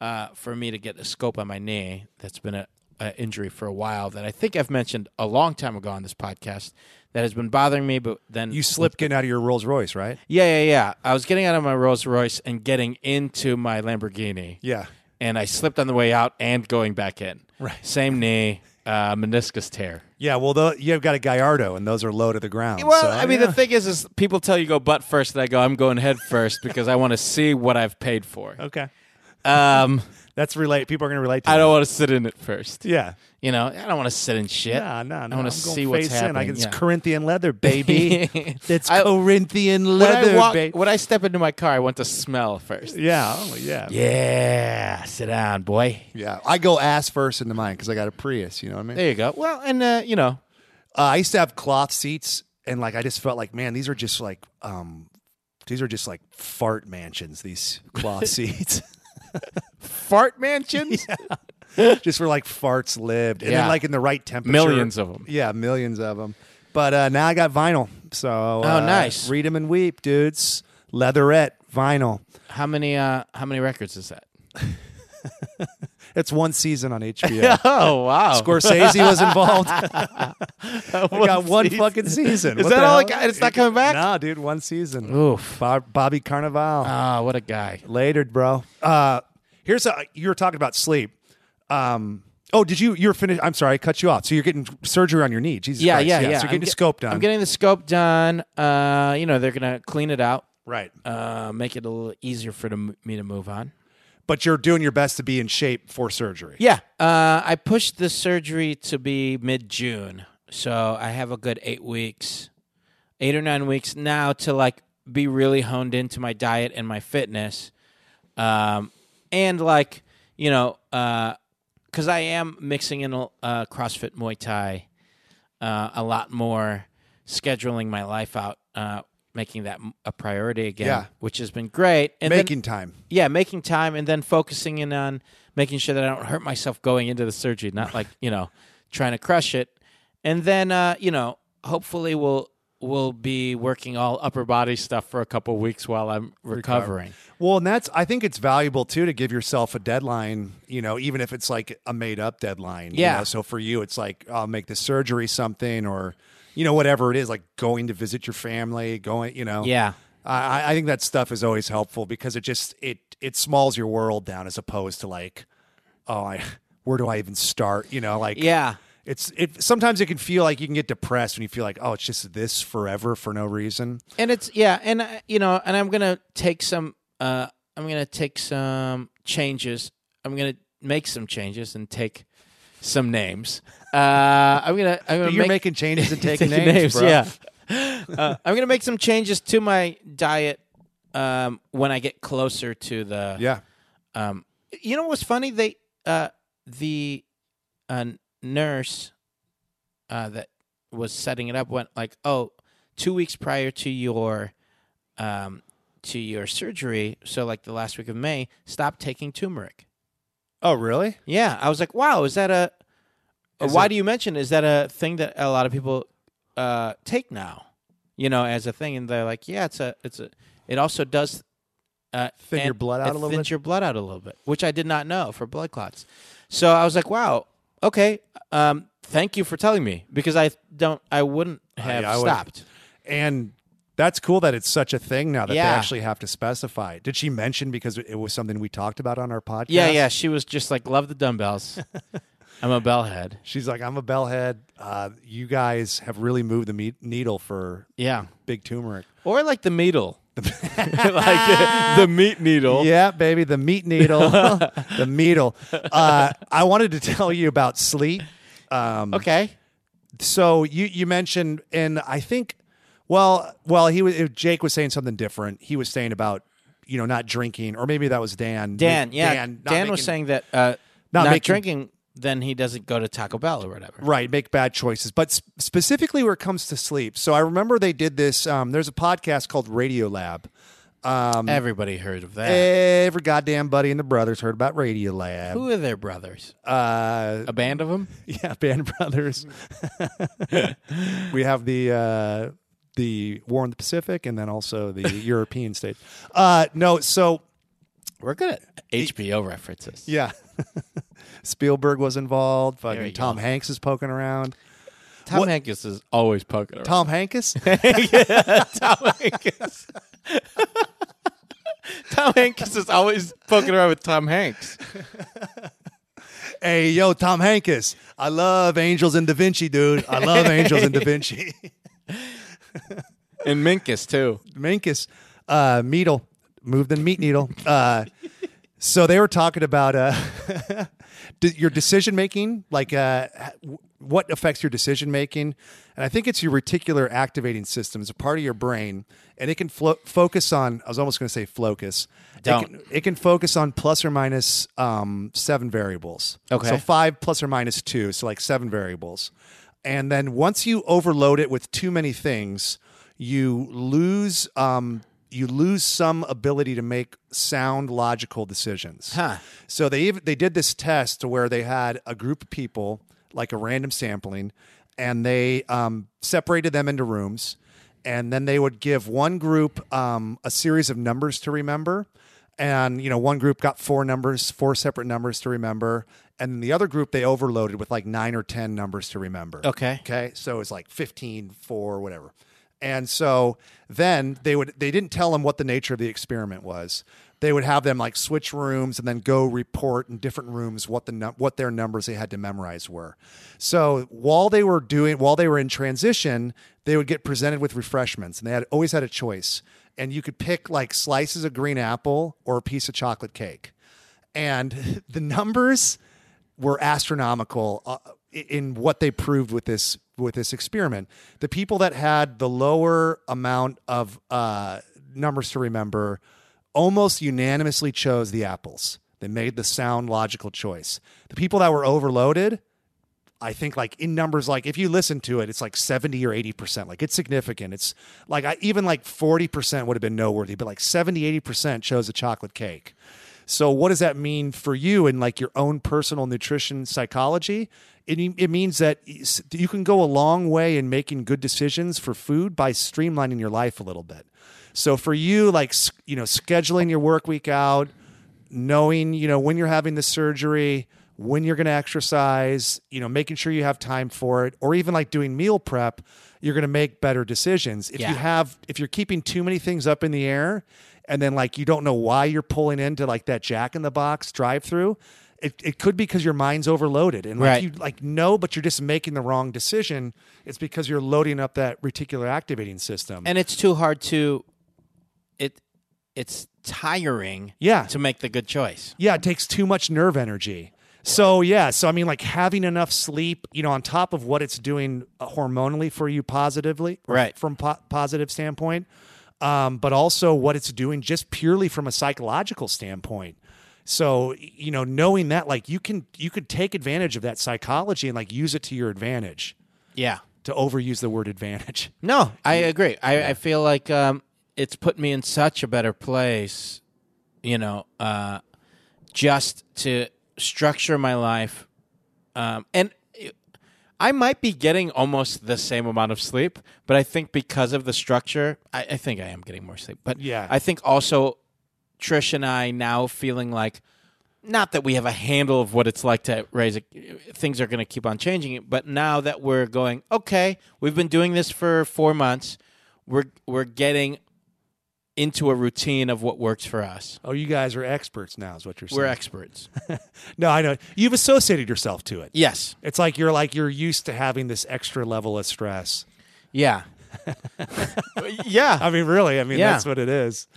Speaker 2: uh, for me to get a scope on my knee. That's been a, a injury for a while that I think I've mentioned a long time ago on this podcast that has been bothering me. But then
Speaker 5: You slip getting out of your Rolls Royce, right?
Speaker 2: yeah, yeah, yeah. I was getting out of my Rolls Royce and getting into my Lamborghini.
Speaker 5: Yeah.
Speaker 2: And I slipped on the way out and going back in. Right. Same knee, uh, meniscus tear.
Speaker 5: Yeah. Well, though you've got a Gallardo and those are low to the ground.
Speaker 2: Well,
Speaker 5: so,
Speaker 2: I mean,
Speaker 5: yeah.
Speaker 2: the thing is, is people tell you go butt first, and I go, I'm going head first because I want to see what I've paid for.
Speaker 5: <laughs> okay,
Speaker 2: Um,
Speaker 5: that's relate. People are going to relate to.
Speaker 2: I
Speaker 5: that.
Speaker 2: don't want to sit in it first.
Speaker 5: Yeah.
Speaker 2: You know, I don't want to sit in shit.
Speaker 5: Nah, nah, nah.
Speaker 2: I want
Speaker 5: I'm
Speaker 2: to
Speaker 5: gonna
Speaker 2: see what's
Speaker 5: face in.
Speaker 2: happening.
Speaker 5: I can- it's
Speaker 2: yeah.
Speaker 5: Corinthian leather, <laughs> baby. That's
Speaker 2: I-
Speaker 5: Corinthian
Speaker 2: when, I
Speaker 5: leather,
Speaker 2: walk-
Speaker 5: baby.
Speaker 2: when I step into my car, I want to smell first.
Speaker 5: Yeah. Oh, yeah.
Speaker 2: Yeah, sit down, <laughs> boy.
Speaker 5: Yeah. I go ass first into mine because I got a Prius. You know what I mean?
Speaker 2: There you go. Well, and uh, you know,
Speaker 5: Uh, I used to have cloth seats, and like I just felt like, man, these are just like, um, these are just like fart mansions. These
Speaker 2: <laughs>
Speaker 5: cloth seats,
Speaker 2: fart <laughs> mansions.
Speaker 5: just where like farts lived, and then
Speaker 2: Yeah.
Speaker 5: like in the right temperature,
Speaker 2: Millions of 'em.
Speaker 5: Yeah, millions of them. But uh, now I got vinyl, so oh,
Speaker 2: nice.
Speaker 5: Read them and weep, dudes. Leatherette vinyl.
Speaker 2: How many? Uh, how many records is that?
Speaker 5: It's one
Speaker 2: <laughs>
Speaker 5: season on HBO.
Speaker 2: Oh wow!
Speaker 5: Scorsese was
Speaker 2: <laughs>
Speaker 5: involved. I got one
Speaker 2: season.
Speaker 5: fucking season.
Speaker 2: Is
Speaker 5: What
Speaker 2: that
Speaker 5: the
Speaker 2: all it
Speaker 5: hell?
Speaker 2: got? It's not coming back?
Speaker 5: Nah, dude, one season.
Speaker 2: Oof.
Speaker 5: Bob, Bobby Carnival.
Speaker 2: Ah, what a guy.
Speaker 5: Later, bro. Uh, here's a, you were talking about sleep. Um, oh, did you? You're finished. I'm sorry, I cut you off. So you're getting surgery on your knee. Jesus
Speaker 2: Yeah,
Speaker 5: Christ.
Speaker 2: yeah, yeah.
Speaker 5: So you're
Speaker 2: I'm
Speaker 5: getting
Speaker 2: get-
Speaker 5: your scope done.
Speaker 2: I'm getting the scope done. Uh, you know, they're gonna clean it out,
Speaker 5: right.
Speaker 2: uh, make it a little easier for them- me to move on.
Speaker 5: But you're doing your best to be in shape for surgery.
Speaker 2: Yeah, uh, I pushed the surgery to be mid June, so I have a good eight weeks, eight or nine weeks now to like be really honed into my diet and my fitness, um, and like you know, because I am mixing in uh, CrossFit Muay Thai uh, a lot more, scheduling my life out, uh, making that a priority again,
Speaker 5: Yeah.
Speaker 2: which has been great. And then-
Speaker 5: Making time.
Speaker 2: yeah, making time and then focusing in on making sure that I don't hurt myself going into the surgery, not like, you know, trying to crush it. And then uh, you know, hopefully we'll we'll be working all upper body stuff for a couple weeks while I'm recovering.
Speaker 5: Well, and that's I think it's valuable too to give yourself a deadline, you know, even if it's like a made up deadline. you
Speaker 2: Yeah.
Speaker 5: know. So for you it's like I'll make the surgery something or you know, whatever it is, like going to visit your family, going you know.
Speaker 2: Yeah.
Speaker 5: I, I- I think that stuff is always helpful because it just it it smalls your world down as opposed to like, oh I where do I even start? You know, like
Speaker 2: Yeah.
Speaker 5: It's it sometimes it can feel like you can get depressed when you feel like, oh, it's just this forever for no reason.
Speaker 2: And it's yeah, and I- you know, and I'm going to take some uh I'm going to take some changes. I'm going to make some changes and take some names. Uh I'm going to I'm going to
Speaker 5: You're
Speaker 2: make
Speaker 5: making changes and taking,
Speaker 2: <laughs> Taking
Speaker 5: names, bro.
Speaker 2: Yeah.
Speaker 5: <laughs>
Speaker 2: Uh, I'm gonna make some changes to my diet um, when I get closer to the.
Speaker 5: Yeah.
Speaker 2: Um, you know what's funny? They uh, the uh, nurse uh, that was setting it up went like, "Oh, two weeks prior to your um, to your surgery, so like the last week of May, stop taking turmeric."
Speaker 5: Oh, really?
Speaker 2: Yeah, I was like, "Wow, is that a?
Speaker 5: Is
Speaker 2: why
Speaker 5: it-
Speaker 2: do you mention? Is that a thing that a lot of people uh, take now? You know, as a thing, and they're like, "Yeah, it's a, it's a, it also does." Uh,
Speaker 5: Thin your
Speaker 2: and-
Speaker 5: blood out
Speaker 2: it
Speaker 5: a little
Speaker 2: thins
Speaker 5: bit?
Speaker 2: your blood out a little bit, which I did not know for blood clots. So I was like, "Wow, okay, um, thank you for telling me because I don't, I wouldn't have
Speaker 5: I would-
Speaker 2: stopped."
Speaker 5: And that's cool that it's such a thing now that
Speaker 2: Yeah.
Speaker 5: they actually have to specify. it. Did she mention because it was something we talked about on our podcast?
Speaker 2: yeah, yeah, she was just like, "Love the
Speaker 5: <laughs>
Speaker 2: dumbbells." I'm a bellhead.
Speaker 5: She's like, I'm a bellhead. Uh, you guys have really moved the meat needle for
Speaker 2: Yeah,
Speaker 5: big turmeric.
Speaker 2: or like the
Speaker 5: <laughs>
Speaker 2: needle, like the, the meat needle.
Speaker 5: Yeah, baby, the
Speaker 2: <laughs>
Speaker 5: meat needle, the needle. Uh, I wanted to tell you about sleep. Um,
Speaker 2: Okay.
Speaker 5: so you you mentioned, and I think, well, well, he was Jake was saying something different. He was saying about you know not drinking, or maybe that was Dan.
Speaker 2: Dan, yeah, Dan,
Speaker 5: Dan,
Speaker 2: was
Speaker 5: not making-
Speaker 2: saying that uh,
Speaker 5: not
Speaker 2: not,
Speaker 5: making-
Speaker 2: drinking, then he doesn't go to Taco Bell or whatever.
Speaker 5: Right, make bad choices, but sp- specifically where it comes to sleep. So I remember they did this. Um, there's a podcast called Radio Lab. Um,
Speaker 2: Everybody heard of that.
Speaker 5: every goddamn buddy and the brothers heard about Radio Lab.
Speaker 2: Eh, Who are their brothers?
Speaker 5: Uh,
Speaker 2: A band of
Speaker 5: <laughs>
Speaker 2: them?
Speaker 5: Yeah, Band Brothers. <laughs> we have the uh, the War in the Pacific, and then
Speaker 2: <laughs>
Speaker 5: also the European states. Uh, no, so
Speaker 2: We're good at HBO references.
Speaker 5: yeah, <laughs> Spielberg was involved.
Speaker 2: There you
Speaker 5: Fucking Tom
Speaker 2: go.
Speaker 5: Hanks is poking around.
Speaker 2: Tom
Speaker 5: What-
Speaker 2: Hanks is always poking around.
Speaker 5: Tom Hanks. <laughs>
Speaker 2: Tom Hanks. Tom Hanks is always poking around with Tom Hanks.
Speaker 5: hey, yo, Tom Hanks. I love Angels and Da Vinci, dude. I love Angels and Da
Speaker 2: <laughs>
Speaker 5: Vinci.
Speaker 2: And Minkus, too.
Speaker 5: Minkus, uh, Meadle, moved the meat needle. Uh, so they were talking about uh, d- your decision making, like uh, h- w- what affects your decision making, and I think it's your reticular activating system. It's a part of your brain, and it can flo- focus on. I was almost going to say focus.
Speaker 2: Don't.
Speaker 5: It can, it can focus on plus or minus um, seven variables.
Speaker 2: Okay.
Speaker 5: So five plus or minus two, so like seven variables. And then once you overload it with too many things, you lose um, you lose some ability to make sound logical decisions.
Speaker 2: Huh.
Speaker 5: So they ev- they did this test to where they had a group of people like a random sampling, and they um, separated them into rooms, and then they would give one group um, a series of numbers to remember, and you know one group got four numbers, four separate numbers to remember, and the other group they overloaded with like nine or ten numbers to remember.
Speaker 2: Okay.
Speaker 5: Okay. So it's like 15, 4, whatever. And so then they would they didn't tell them what the nature of the experiment was. They would have them like switch rooms and then go report in different rooms what the num- what their numbers they had to memorize were. So while they were doing while they were in transition, they would get presented with refreshments and they had always had a choice. And you could pick like slices of green apple or a piece of chocolate cake and <laughs> the numbers were astronomical uh, in what they proved with this with this experiment. The people that had the lower amount of uh, numbers to remember almost unanimously chose the apples. They made the sound logical choice. The people that were overloaded, I think, like in numbers, like if you listen to it, it's like seventy or eighty percent. Like it's significant. It's like I, even like forty percent would have been noteworthy, but like 70, 80 percent chose a chocolate cake. So what does that mean for you in like your own personal nutrition psychology? It, it means that s- you can go a long way in making good decisions for food by streamlining your life a little bit. So for you, like s- you know, scheduling your work week out, knowing you know when you're having the surgery, when you're going to exercise, you know, making sure you have time for it, or even like doing meal prep, you're going to make better decisions. If you
Speaker 2: Yeah.
Speaker 5: have if you're keeping too many things up in the air and then like you don't know why you're pulling into like that jack in the box drive through it, it could be because your mind's overloaded and like
Speaker 2: Right.
Speaker 5: you like know but you're just making the wrong decision it's because you're loading up that reticular activating system
Speaker 2: And it's too hard to. It, It's tiring
Speaker 5: Yeah.
Speaker 2: to make the good choice.
Speaker 5: Yeah, it takes too much nerve energy. So yeah, so I mean, like having enough sleep, you know, on top of what it's doing uh, hormonally for you positively, or
Speaker 2: Right.
Speaker 5: From po- positive standpoint, um, but also what it's doing just purely from a psychological standpoint. So y- you know, knowing that, like you can you could take advantage of that psychology and like use it to your advantage.
Speaker 2: Yeah.
Speaker 5: to overuse the word advantage. <laughs>
Speaker 2: No, I agree. I, I feel like um, it's put me in such a better place, you know, uh, just to structure my life. Um, and it- I might be getting almost the same amount of sleep, but I think because of the structure, I, I think I am getting more sleep. But
Speaker 5: Yeah.
Speaker 2: I think also Trish and I now feeling like not that we have a handle of what it's like to raise a things are going to keep on changing it but now that we're going okay we've been doing this for 4 months we're we're getting into a routine of what works for us
Speaker 5: Oh, you guys are experts now, is what you're saying.
Speaker 2: we're experts
Speaker 5: no, I know. You've associated yourself to it.
Speaker 2: yes
Speaker 5: It's like you're like you're used to having this extra level of stress.
Speaker 2: yeah <laughs> yeah
Speaker 5: I mean, really, I mean
Speaker 2: Yeah.
Speaker 5: that's what it is.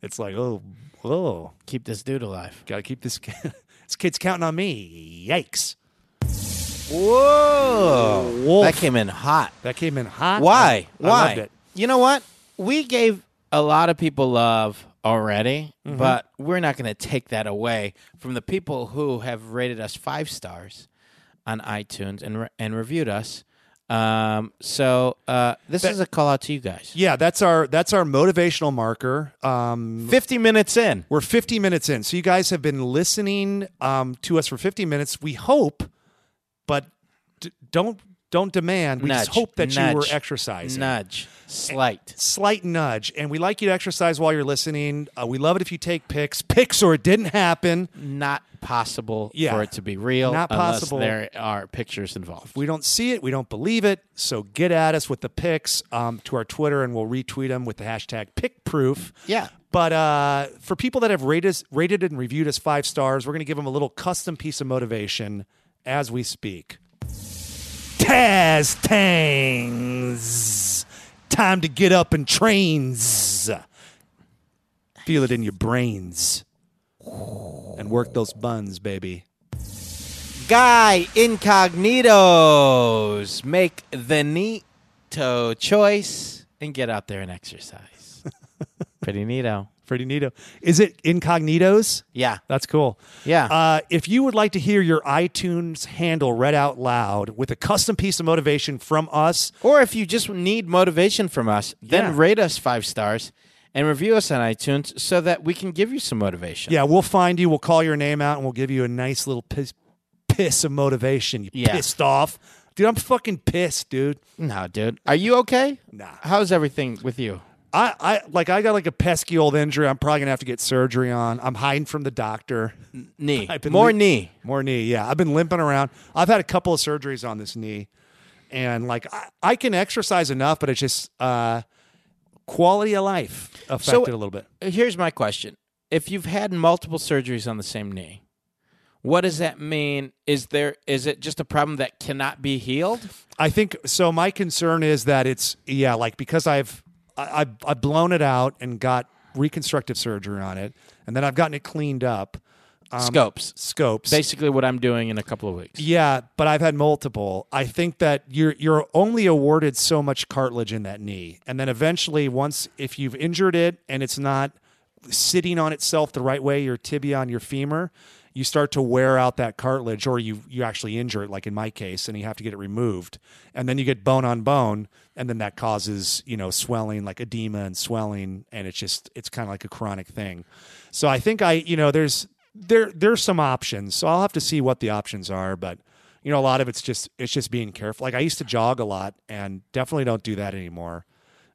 Speaker 5: It's like, oh, oh,
Speaker 2: keep this dude alive
Speaker 5: gotta keep this kid. <laughs> this kid's counting on me. Yikes.
Speaker 2: whoa
Speaker 5: Wolf.
Speaker 2: Oh, that came in hot
Speaker 5: That came in hot.
Speaker 2: Why?
Speaker 5: I- I
Speaker 2: Why?
Speaker 5: loved it.
Speaker 2: You know what? We gave a lot of people love already, but we're not going to take that away from the people who have rated us five stars on iTunes and re- and reviewed us. Um, so uh, this is a call out to you guys.
Speaker 5: Yeah, that's our that's our motivational marker. Um,
Speaker 2: Fifty minutes in.
Speaker 5: We're 50 minutes in. So you guys have been listening um, to us for 50 minutes. We hope, but d- don't don't demand. We just
Speaker 2: Nudge,
Speaker 5: hope that you were
Speaker 2: nudge,
Speaker 5: exercising.
Speaker 2: Nudge, slight.
Speaker 5: Slight nudge, and we like you to exercise while you're listening. Uh, we love it if you take pics, pics or it didn't happen.
Speaker 2: Not possible
Speaker 5: Yeah.
Speaker 2: for it to be real.
Speaker 5: Not
Speaker 2: unless
Speaker 5: possible.
Speaker 2: There are pictures involved.
Speaker 5: We don't see it, we don't believe it. So get at us with the pics um, to our Twitter, and we'll retweet them with the hashtag PicProof.
Speaker 2: Yeah.
Speaker 5: But uh, for people that have rated, us, rated and reviewed us five stars, we're going to give them a little custom piece of motivation as we speak. Taz Tangs. Time to get up and trains. Feel it in your brains. And work those buns, baby.
Speaker 2: Guy Incognitos, make the neato choice and get out there and exercise. <laughs> Pretty neato.
Speaker 5: Pretty neato. Is it incognitos?
Speaker 2: Yeah.
Speaker 5: That's cool.
Speaker 2: Yeah.
Speaker 5: Uh, if you would like to hear your iTunes handle read out loud with a custom piece of motivation from us,
Speaker 2: Or if you just need motivation from us, then
Speaker 5: Yeah.
Speaker 2: rate us five stars and review us on iTunes so that we can give you some motivation.
Speaker 5: yeah, we'll find you. We'll call your name out and we'll give you a nice little piss, piss of motivation. You
Speaker 2: Yeah.
Speaker 5: pissed off. Dude, I'm fucking pissed, dude.
Speaker 2: No, dude. Are you okay?
Speaker 5: Nah.
Speaker 2: How's everything with you?
Speaker 5: I, I like I got like a pesky old injury. I'm probably gonna have to get surgery on. I'm hiding from the doctor.
Speaker 2: Knee.
Speaker 5: I've been
Speaker 2: More
Speaker 5: lim-
Speaker 2: knee.
Speaker 5: More knee. Yeah, I've been limping around. I've had a couple of surgeries on this knee, and like I, I can exercise enough, but it's just uh, quality of life affected a little bit.
Speaker 2: Here's my question. If you've had multiple surgeries on the same knee, what does that mean? Is there is it just a problem that cannot be healed?
Speaker 5: I think so. My concern is that it's yeah, like because I've I, I've I've blown it out and got reconstructive surgery on it, and then I've gotten it cleaned up. um,
Speaker 2: Scopes.
Speaker 5: Scopes.
Speaker 2: Basically what I'm doing in a couple of weeks.
Speaker 5: Yeah, but I've had multiple. I think that you're you're only awarded so much cartilage in that knee, and then eventually, once if you've injured it and it's not sitting on itself the right way, your tibia and your femur, you start to wear out that cartilage, or you you actually injure it, like in my case, and you have to get it removed, and then you get bone on bone, and then that causes you know swelling, like edema and swelling, and it's just it's kind of like a chronic thing. So I think I you know there's there there's some options. So I'll have to see what the options are, but you know a lot of it's just it's just being careful. Like I used to jog a lot and definitely don't do that anymore.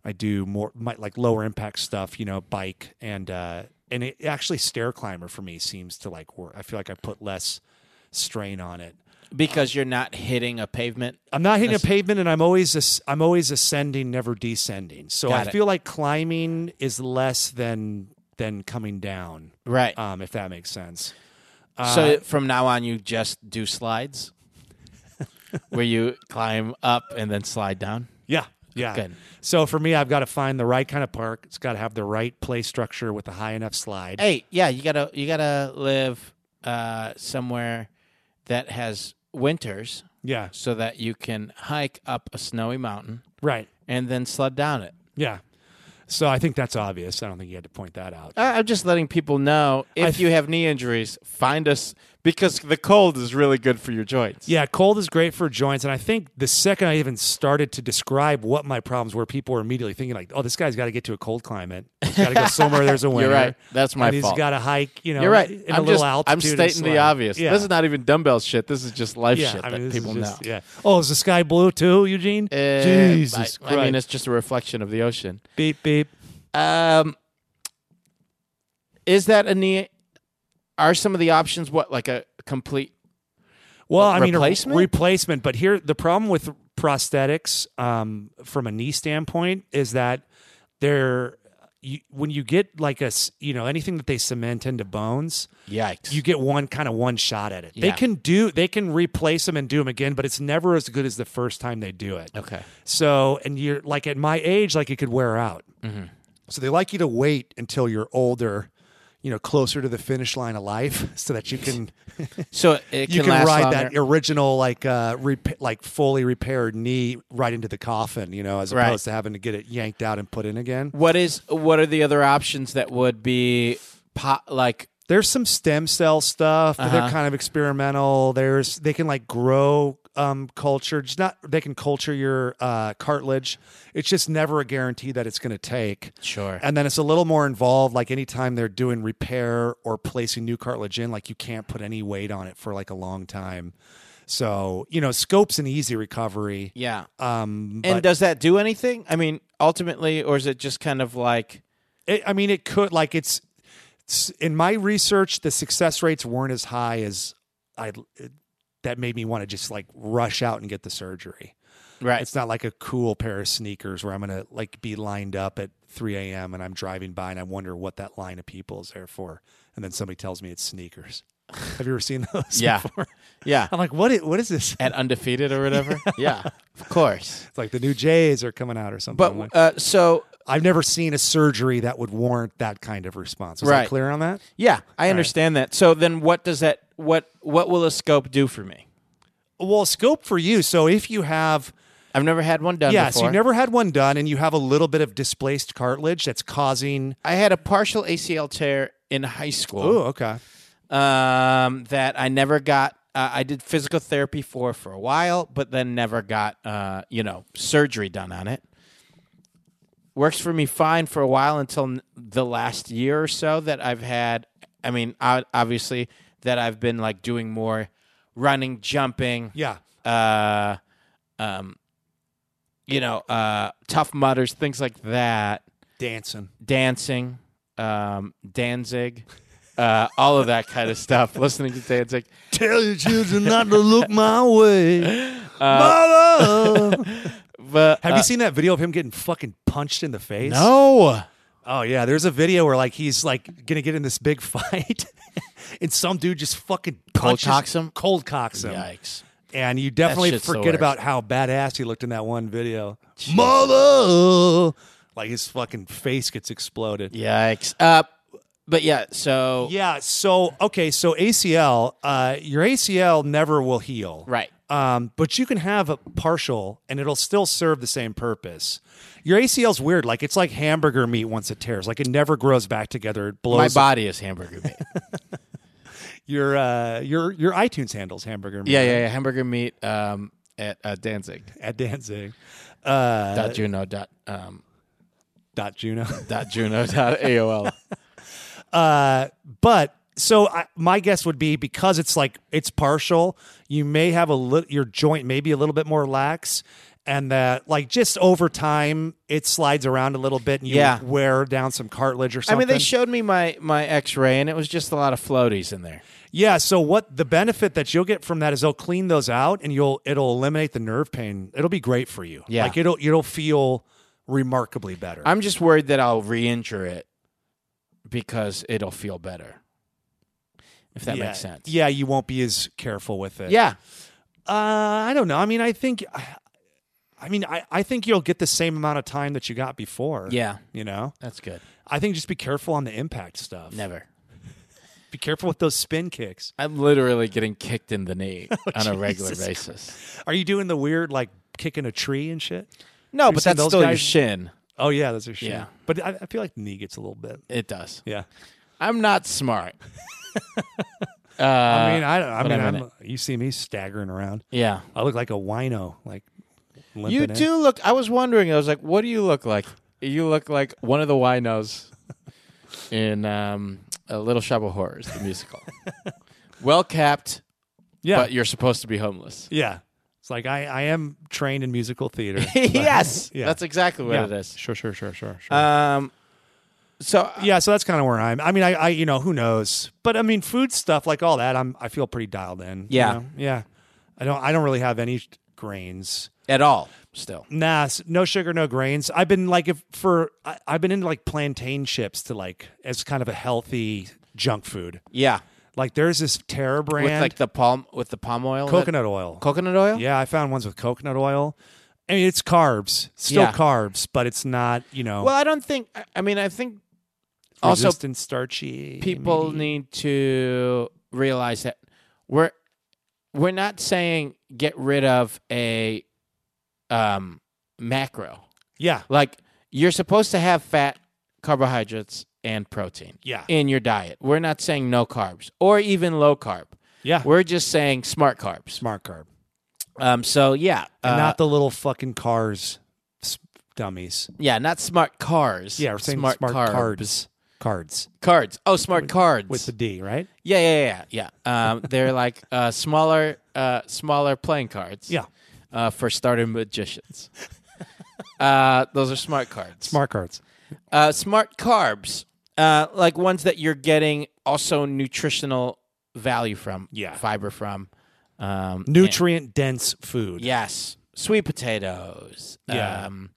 Speaker 5: I do more my, like lower impact stuff, you know, bike and uh and it actually stair climber for me seems to like work. I feel like I put less strain on it.
Speaker 2: Because you're not hitting a pavement.
Speaker 5: I'm not hitting a pavement, and I'm always as- I'm always ascending, never descending. So
Speaker 2: Got
Speaker 5: I
Speaker 2: it.
Speaker 5: feel like climbing is less than than coming down.
Speaker 2: Right.
Speaker 5: Um, if that makes sense.
Speaker 2: Uh, so from now on you just do <laughs> slides where you climb up and then slide down.
Speaker 5: Yeah. Yeah.
Speaker 2: Good.
Speaker 5: So for me, I've got to find the right kind of park. It's got to have the right play structure with a high enough slide.
Speaker 2: Hey, yeah, you gotta you gotta live uh, somewhere that has winters
Speaker 5: Yeah.
Speaker 2: so that you can hike up a snowy mountain
Speaker 5: Right.
Speaker 2: and then sled down it.
Speaker 5: Yeah. So I think that's
Speaker 2: Uh.
Speaker 5: obvious. I don't think you had to point that out.
Speaker 2: I- I'm just letting people know if
Speaker 5: th-
Speaker 2: you have knee injuries, find us because the cold is really good for your joints.
Speaker 5: Yeah, cold is great for joints. And I think the second I even started to describe what my problems were, people were immediately thinking like, "Oh, this guy's got to get to a cold climate. He's got to go
Speaker 2: <laughs>
Speaker 5: somewhere there's a winter.
Speaker 2: right. That's my
Speaker 5: and He's
Speaker 2: fault.
Speaker 5: got to hike. You know,
Speaker 2: You're right.
Speaker 5: In
Speaker 2: I'm
Speaker 5: a little
Speaker 2: just,
Speaker 5: altitude.
Speaker 2: I'm
Speaker 5: and
Speaker 2: stating the
Speaker 5: slide.
Speaker 2: obvious.
Speaker 5: Yeah.
Speaker 2: This is not even dumbbell shit. This is just life
Speaker 5: yeah,
Speaker 2: shit
Speaker 5: I mean,
Speaker 2: that
Speaker 5: this is
Speaker 2: people
Speaker 5: just-
Speaker 2: know.
Speaker 5: Yeah. Oh, is the sky blue too, Eugene?
Speaker 2: Uh,
Speaker 5: Jesus
Speaker 2: I, I mean,
Speaker 5: Christ.
Speaker 2: it's just a reflection of the ocean.
Speaker 5: beep beep.
Speaker 2: Um, is that a knee? Are some of the options what like a complete?
Speaker 5: Well,
Speaker 2: A
Speaker 5: I mean, a re-
Speaker 2: replacement?
Speaker 5: replacement. But here, the problem with prosthetics, um, from a knee standpoint, is that they're you, when you get like a s- you know anything that they cement into bones,
Speaker 2: Yikes!
Speaker 5: you get one kind of one shot at it. They
Speaker 2: Yeah.
Speaker 5: can do they can replace them and do them again, but it's never as good as the first time they do it.
Speaker 2: okay?
Speaker 5: So, and you're like at my age, like it could wear out.
Speaker 2: Mm-hmm.
Speaker 5: So they like you to wait until you're older, you know, closer to the finish line of life, <laughs> so that you can
Speaker 2: So it can,
Speaker 5: you can,
Speaker 2: last
Speaker 5: ride
Speaker 2: longer.
Speaker 5: that original like uh rep- like fully repaired knee right into the coffin, you know, as
Speaker 2: Right.
Speaker 5: opposed to having to get it yanked out and put in again.
Speaker 2: what is? What are the other options that would be po- like?
Speaker 5: There's some stem cell stuff, but
Speaker 2: Uh-huh.
Speaker 5: they're kind of experimental. There's they can like grow um culture, just not they can culture your uh cartilage. It's just never a guarantee that it's going to take.
Speaker 2: Sure.
Speaker 5: And then it's a little more involved like anytime they're doing repair or placing new cartilage in like you can't put any weight on it for like a long time. So, you know, scope's an easy recovery.
Speaker 2: Yeah.
Speaker 5: Um,
Speaker 2: and uh,
Speaker 5: but
Speaker 2: does that do anything? I mean, ultimately, or is it just kind of like?
Speaker 5: it, I mean, it could like it's, it's- in my research, the success rates weren't as high as I. It, that made me want to just like rush out and get the surgery.
Speaker 2: Right. <laughs>
Speaker 5: It's not like a cool pair of sneakers where I'm gonna like be lined up at 3 a.m. and I'm driving by and I wonder what that line of people is there for, and then somebody tells me it's sneakers. Have you ever seen those?
Speaker 2: Yeah.
Speaker 5: before?
Speaker 2: <laughs> yeah.
Speaker 5: I'm like, what? Is, what is this?
Speaker 2: At undefeated or whatever. <laughs> yeah. Of course.
Speaker 5: It's like the new Jays are coming out or something.
Speaker 2: But
Speaker 5: I'm like,
Speaker 2: uh, so
Speaker 5: I've never seen a surgery that would warrant that kind of response. Was I
Speaker 2: Right.
Speaker 5: clear on that?
Speaker 2: yeah, I understand that. So then, what does that? What what will a scope do for me?
Speaker 5: Well, scope for you. So if you have
Speaker 2: I've never had one done.
Speaker 5: yeah,
Speaker 2: before.
Speaker 5: so you've never had one done and you have a little bit of displaced cartilage that's causing
Speaker 2: I had a partial ACL tear in high
Speaker 5: Oh,
Speaker 2: school
Speaker 5: okay.
Speaker 2: um, that I never got. Uh, I did physical therapy for for a while, but then never got uh, you know surgery done on it. Works for me fine for a while until n- the last year or so that I've had. I mean, o- obviously that I've been like doing more running, jumping,
Speaker 5: Yeah.
Speaker 2: uh, um, you know, uh, tough mutters, things like that
Speaker 5: Dancing.
Speaker 2: dancing, um, Danzig, uh, all of that kind of stuff. <laughs> Listening to Danzig,
Speaker 5: Tell your children not to look <laughs> my way. <laughs>
Speaker 2: but
Speaker 5: Have you seen that video of him getting fucking punched in the face?
Speaker 2: no,
Speaker 5: Oh yeah, there's a video where like he's like gonna get in this big <laughs> fight, and some dude just fucking
Speaker 2: Cold
Speaker 5: punches-
Speaker 2: cocks him?
Speaker 5: cold cocks him.
Speaker 2: yikes!
Speaker 5: And you
Speaker 2: That
Speaker 5: definitely
Speaker 2: shit's the
Speaker 5: forget
Speaker 2: worst.
Speaker 5: about how badass he looked in that one video. Mother, like his fucking face gets exploded.
Speaker 2: Yikes! Uh, but yeah, so
Speaker 5: Yeah. So okay, so ACL, uh, your ACL never will heal,
Speaker 2: Right.
Speaker 5: Um, but you can have a partial, and it'll still serve the same purpose. Your ACL's weird, like it's like hamburger meat once it tears, like it never grows back together. It blows.
Speaker 2: my body is hamburger <laughs> meat.
Speaker 5: your uh, your your iTunes handles hamburger meat
Speaker 2: yeah, yeah, yeah, hamburger meat um, at uh, Danzig
Speaker 5: at dancing
Speaker 2: dot Juno dot um,
Speaker 5: dot Juno.
Speaker 2: dot Juno dot AOL.
Speaker 5: Uh, but so I, my guess would be because it's like it's partial, you may have a li- your joint maybe a little bit more lax, and that like just over time it slides around a little bit and you
Speaker 2: Yeah.
Speaker 5: wear down some cartilage
Speaker 2: <laughs>
Speaker 5: or
Speaker 2: I
Speaker 5: something.
Speaker 2: mean, they showed me my my X-ray, and it was just a lot of floaties in there.
Speaker 5: yeah. So what the benefit that you'll get from that is they'll clean those out and you'll it'll eliminate the nerve pain. It'll be great for you.
Speaker 2: Yeah.
Speaker 5: like it'll it'll feel remarkably better.
Speaker 2: I'm just worried that I'll re-injure it because it'll feel better. If that
Speaker 5: yeah.
Speaker 2: makes sense.
Speaker 5: Yeah, you won't be as careful with it.
Speaker 2: Yeah.
Speaker 5: Uh, I don't know. I mean, I think, <sighs> I mean, I, I think you'll get the same amount of time that you got before.
Speaker 2: Yeah.
Speaker 5: You know,
Speaker 2: That's good.
Speaker 5: I think just be careful on the impact stuff.
Speaker 2: Never.
Speaker 5: Be careful with those spin kicks.
Speaker 2: I'm literally getting kicked in the <laughs> knee on a regular
Speaker 5: Jesus
Speaker 2: basis.
Speaker 5: Are you doing the weird, like kicking a tree and shit?
Speaker 2: No,
Speaker 5: You've
Speaker 2: but
Speaker 5: seen
Speaker 2: that's
Speaker 5: those
Speaker 2: still your
Speaker 5: guys?
Speaker 2: shin.
Speaker 5: Oh, yeah, that's a shit.
Speaker 2: Yeah.
Speaker 5: But I, I feel like the knee gets a little bit.
Speaker 2: It does. <laughs>
Speaker 5: Yeah.
Speaker 2: I'm not smart.
Speaker 5: I mean, I, I
Speaker 2: Uh, but
Speaker 5: mean,
Speaker 2: I'm in
Speaker 5: I'm, you see me staggering around.
Speaker 2: Yeah.
Speaker 5: I look like a wino. Like limping
Speaker 2: You
Speaker 5: in.
Speaker 2: do look. I was wondering. I was like, "What do you look like?" You look like one of the winos <laughs> in um, a Little Shop of Horrors, the <laughs> musical. well capped,
Speaker 5: Yeah,
Speaker 2: but you're supposed to be homeless.
Speaker 5: yeah. It's like I, I am trained in musical theater. but-
Speaker 2: <laughs> <laughs> yes,
Speaker 5: Yeah.
Speaker 2: that's exactly what
Speaker 5: yeah.
Speaker 2: it is.
Speaker 5: Sure, sure, sure, sure, sure.
Speaker 2: Um, so
Speaker 5: yeah, so that's kind of where I'm. I mean, I, I, you know, who knows? But I mean, food stuff like all that, I'm, I feel pretty dialed in. you
Speaker 2: Yeah.
Speaker 5: know? yeah. I don't, I don't really have any grains.
Speaker 2: at all, still.
Speaker 5: Nah, s- no sugar, no grains. I've been like, if for, I, I've been into like plantain chips to like as kind of a healthy junk food.
Speaker 2: Yeah,
Speaker 5: Like there's this Terra brand
Speaker 2: with like the palm with the palm oil, that-
Speaker 5: coconut oil.
Speaker 2: coconut oil.
Speaker 5: yeah, I found ones with coconut oil. I mean, it's carbs, still
Speaker 2: Yeah.
Speaker 5: carbs, but it's not, you know,
Speaker 2: Well, I don't think. I- I mean, I think also
Speaker 5: resistant starchy.
Speaker 2: people
Speaker 5: maybe.
Speaker 2: need to realize that we're we're not saying get rid of a um, macro.
Speaker 5: yeah,
Speaker 2: Like you're supposed to have fat, carbohydrates, and protein
Speaker 5: Yeah.
Speaker 2: in your diet. We're not saying no carbs or even low carb.
Speaker 5: yeah,
Speaker 2: We're just saying smart carbs.
Speaker 5: smart carb.
Speaker 2: Um, so yeah,
Speaker 5: And
Speaker 2: uh,
Speaker 5: not the little fucking cars s- dummies.
Speaker 2: yeah, not smart cars.
Speaker 5: Yeah, we're saying smart, cards. Cards
Speaker 2: Cards. Oh, smart cards.
Speaker 5: with the D, right?
Speaker 2: Yeah, yeah, yeah, yeah. Um, they're <laughs> like uh, smaller, uh, smaller playing cards.
Speaker 5: Yeah.
Speaker 2: uh, for starter
Speaker 5: <laughs>
Speaker 2: magicians. uh, those are smart cards.
Speaker 5: Smart cards.
Speaker 2: uh, smart carbs, uh, like ones that you're getting also nutritional value from.
Speaker 5: Yeah.
Speaker 2: fiber from. Um,
Speaker 5: Nutrient dense food.
Speaker 2: and- yes, sweet potatoes.
Speaker 5: Yeah.
Speaker 2: Um,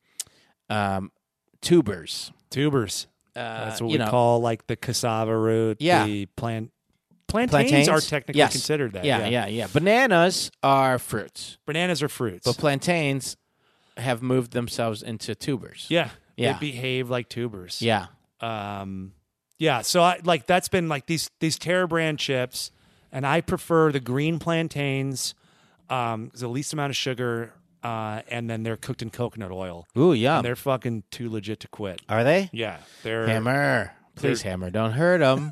Speaker 2: um, tubers.
Speaker 5: Tubers.
Speaker 2: Uh,
Speaker 5: That's what
Speaker 2: you
Speaker 5: we
Speaker 2: know.
Speaker 5: call like the cassava root.
Speaker 2: Yeah.
Speaker 5: The plant. Plantains,
Speaker 2: Plantains?
Speaker 5: are technically
Speaker 2: Yes.
Speaker 5: considered that.
Speaker 2: Yeah, yeah, yeah, yeah. Bananas are fruits.
Speaker 5: Bananas are fruits.
Speaker 2: But plantains have moved themselves into tubers.
Speaker 5: yeah.
Speaker 2: Yeah.
Speaker 5: They behave like tubers.
Speaker 2: Yeah.
Speaker 5: Um, yeah. So I like that's been like these these Terra brand chips, and I prefer the green plantains. Um, it's the least amount of sugar, uh, and then they're cooked in coconut oil.
Speaker 2: Ooh, yum.
Speaker 5: And they're fucking too legit to quit.
Speaker 2: Are they?
Speaker 5: Oh. Yeah, they're
Speaker 2: Hammer. Please, hammer. Don't hurt
Speaker 5: <laughs>
Speaker 2: them.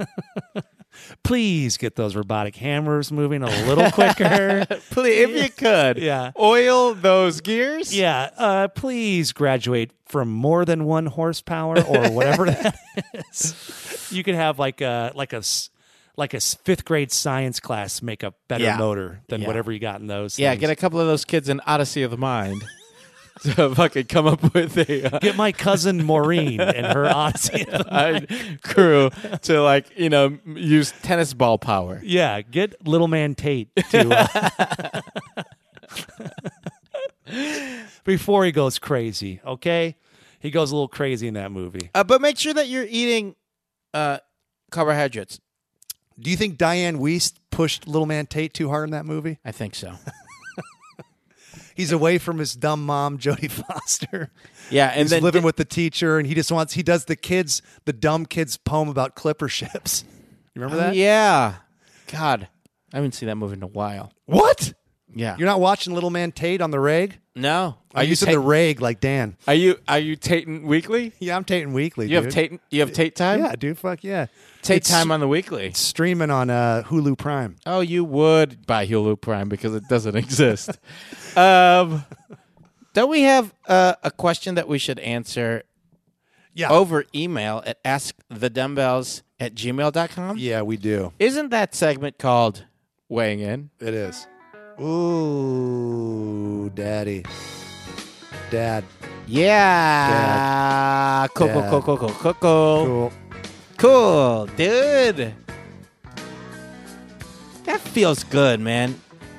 Speaker 5: please get those robotic hammers moving a little quicker.
Speaker 2: please, if you could.
Speaker 5: Yeah.
Speaker 2: Oil those gears.
Speaker 5: <laughs> yeah, uh, please graduate from more than one horsepower or whatever that is. You can have like a like a s- like a s- fifth grade science class make a better
Speaker 2: Yeah.
Speaker 5: motor than
Speaker 2: Yeah.
Speaker 5: whatever you got in those.
Speaker 2: Yeah.
Speaker 5: things.
Speaker 2: Get a couple of those kids in Odyssey of the Mind <laughs> to fucking come up with a. Uh,
Speaker 5: get my <laughs> cousin Maureen and her <laughs> Odyssey.
Speaker 2: a crew to like you know m- use tennis ball power
Speaker 5: yeah, get little man Tate to. Uh, <laughs> before he goes crazy, okay? He goes a little crazy in that movie.
Speaker 2: uh, but make sure that you're eating uh carbohydrates
Speaker 3: Do you think Diane Weist pushed Little Man Tate too hard in that movie?
Speaker 2: i think so
Speaker 3: He's away from his dumb mom, Jodie <laughs> Foster.
Speaker 2: yeah and
Speaker 3: He's
Speaker 2: then
Speaker 3: living with the teacher, and he just wants he does the kids the dumb kids poem about clipper ships. You remember
Speaker 2: Oh,
Speaker 3: that?
Speaker 2: Yeah. God, I haven't seen that movie in a while.
Speaker 3: What?
Speaker 2: Yeah.
Speaker 3: You're not watching Little Man Tate on the rag?
Speaker 2: no.
Speaker 3: I
Speaker 2: you
Speaker 3: used to the rag like Dan.
Speaker 2: Are you are you Tating weekly?
Speaker 3: Yeah, I'm Tating Weekly.
Speaker 2: You have
Speaker 3: dude.
Speaker 2: Tate. You have Tate time.
Speaker 3: Yeah, dude. Fuck yeah.
Speaker 2: Tate
Speaker 3: It's
Speaker 2: time on the weekly.
Speaker 3: streaming on uh, Hulu Prime.
Speaker 2: Oh, you would buy Hulu Prime because it doesn't <laughs> exist. um, don't we have uh, a question that we should answer
Speaker 3: Yeah.
Speaker 2: over email at askthedumbbells at gmail.com?
Speaker 3: Yeah, we do.
Speaker 2: Isn't that segment called Weighing In?
Speaker 3: It is. Ooh, daddy. Dad.
Speaker 2: Yeah. Cool, cool,
Speaker 3: Dad.
Speaker 2: cool, cool, cool, cool, cool.
Speaker 3: Cool.
Speaker 2: Cool, dude. That feels good, man.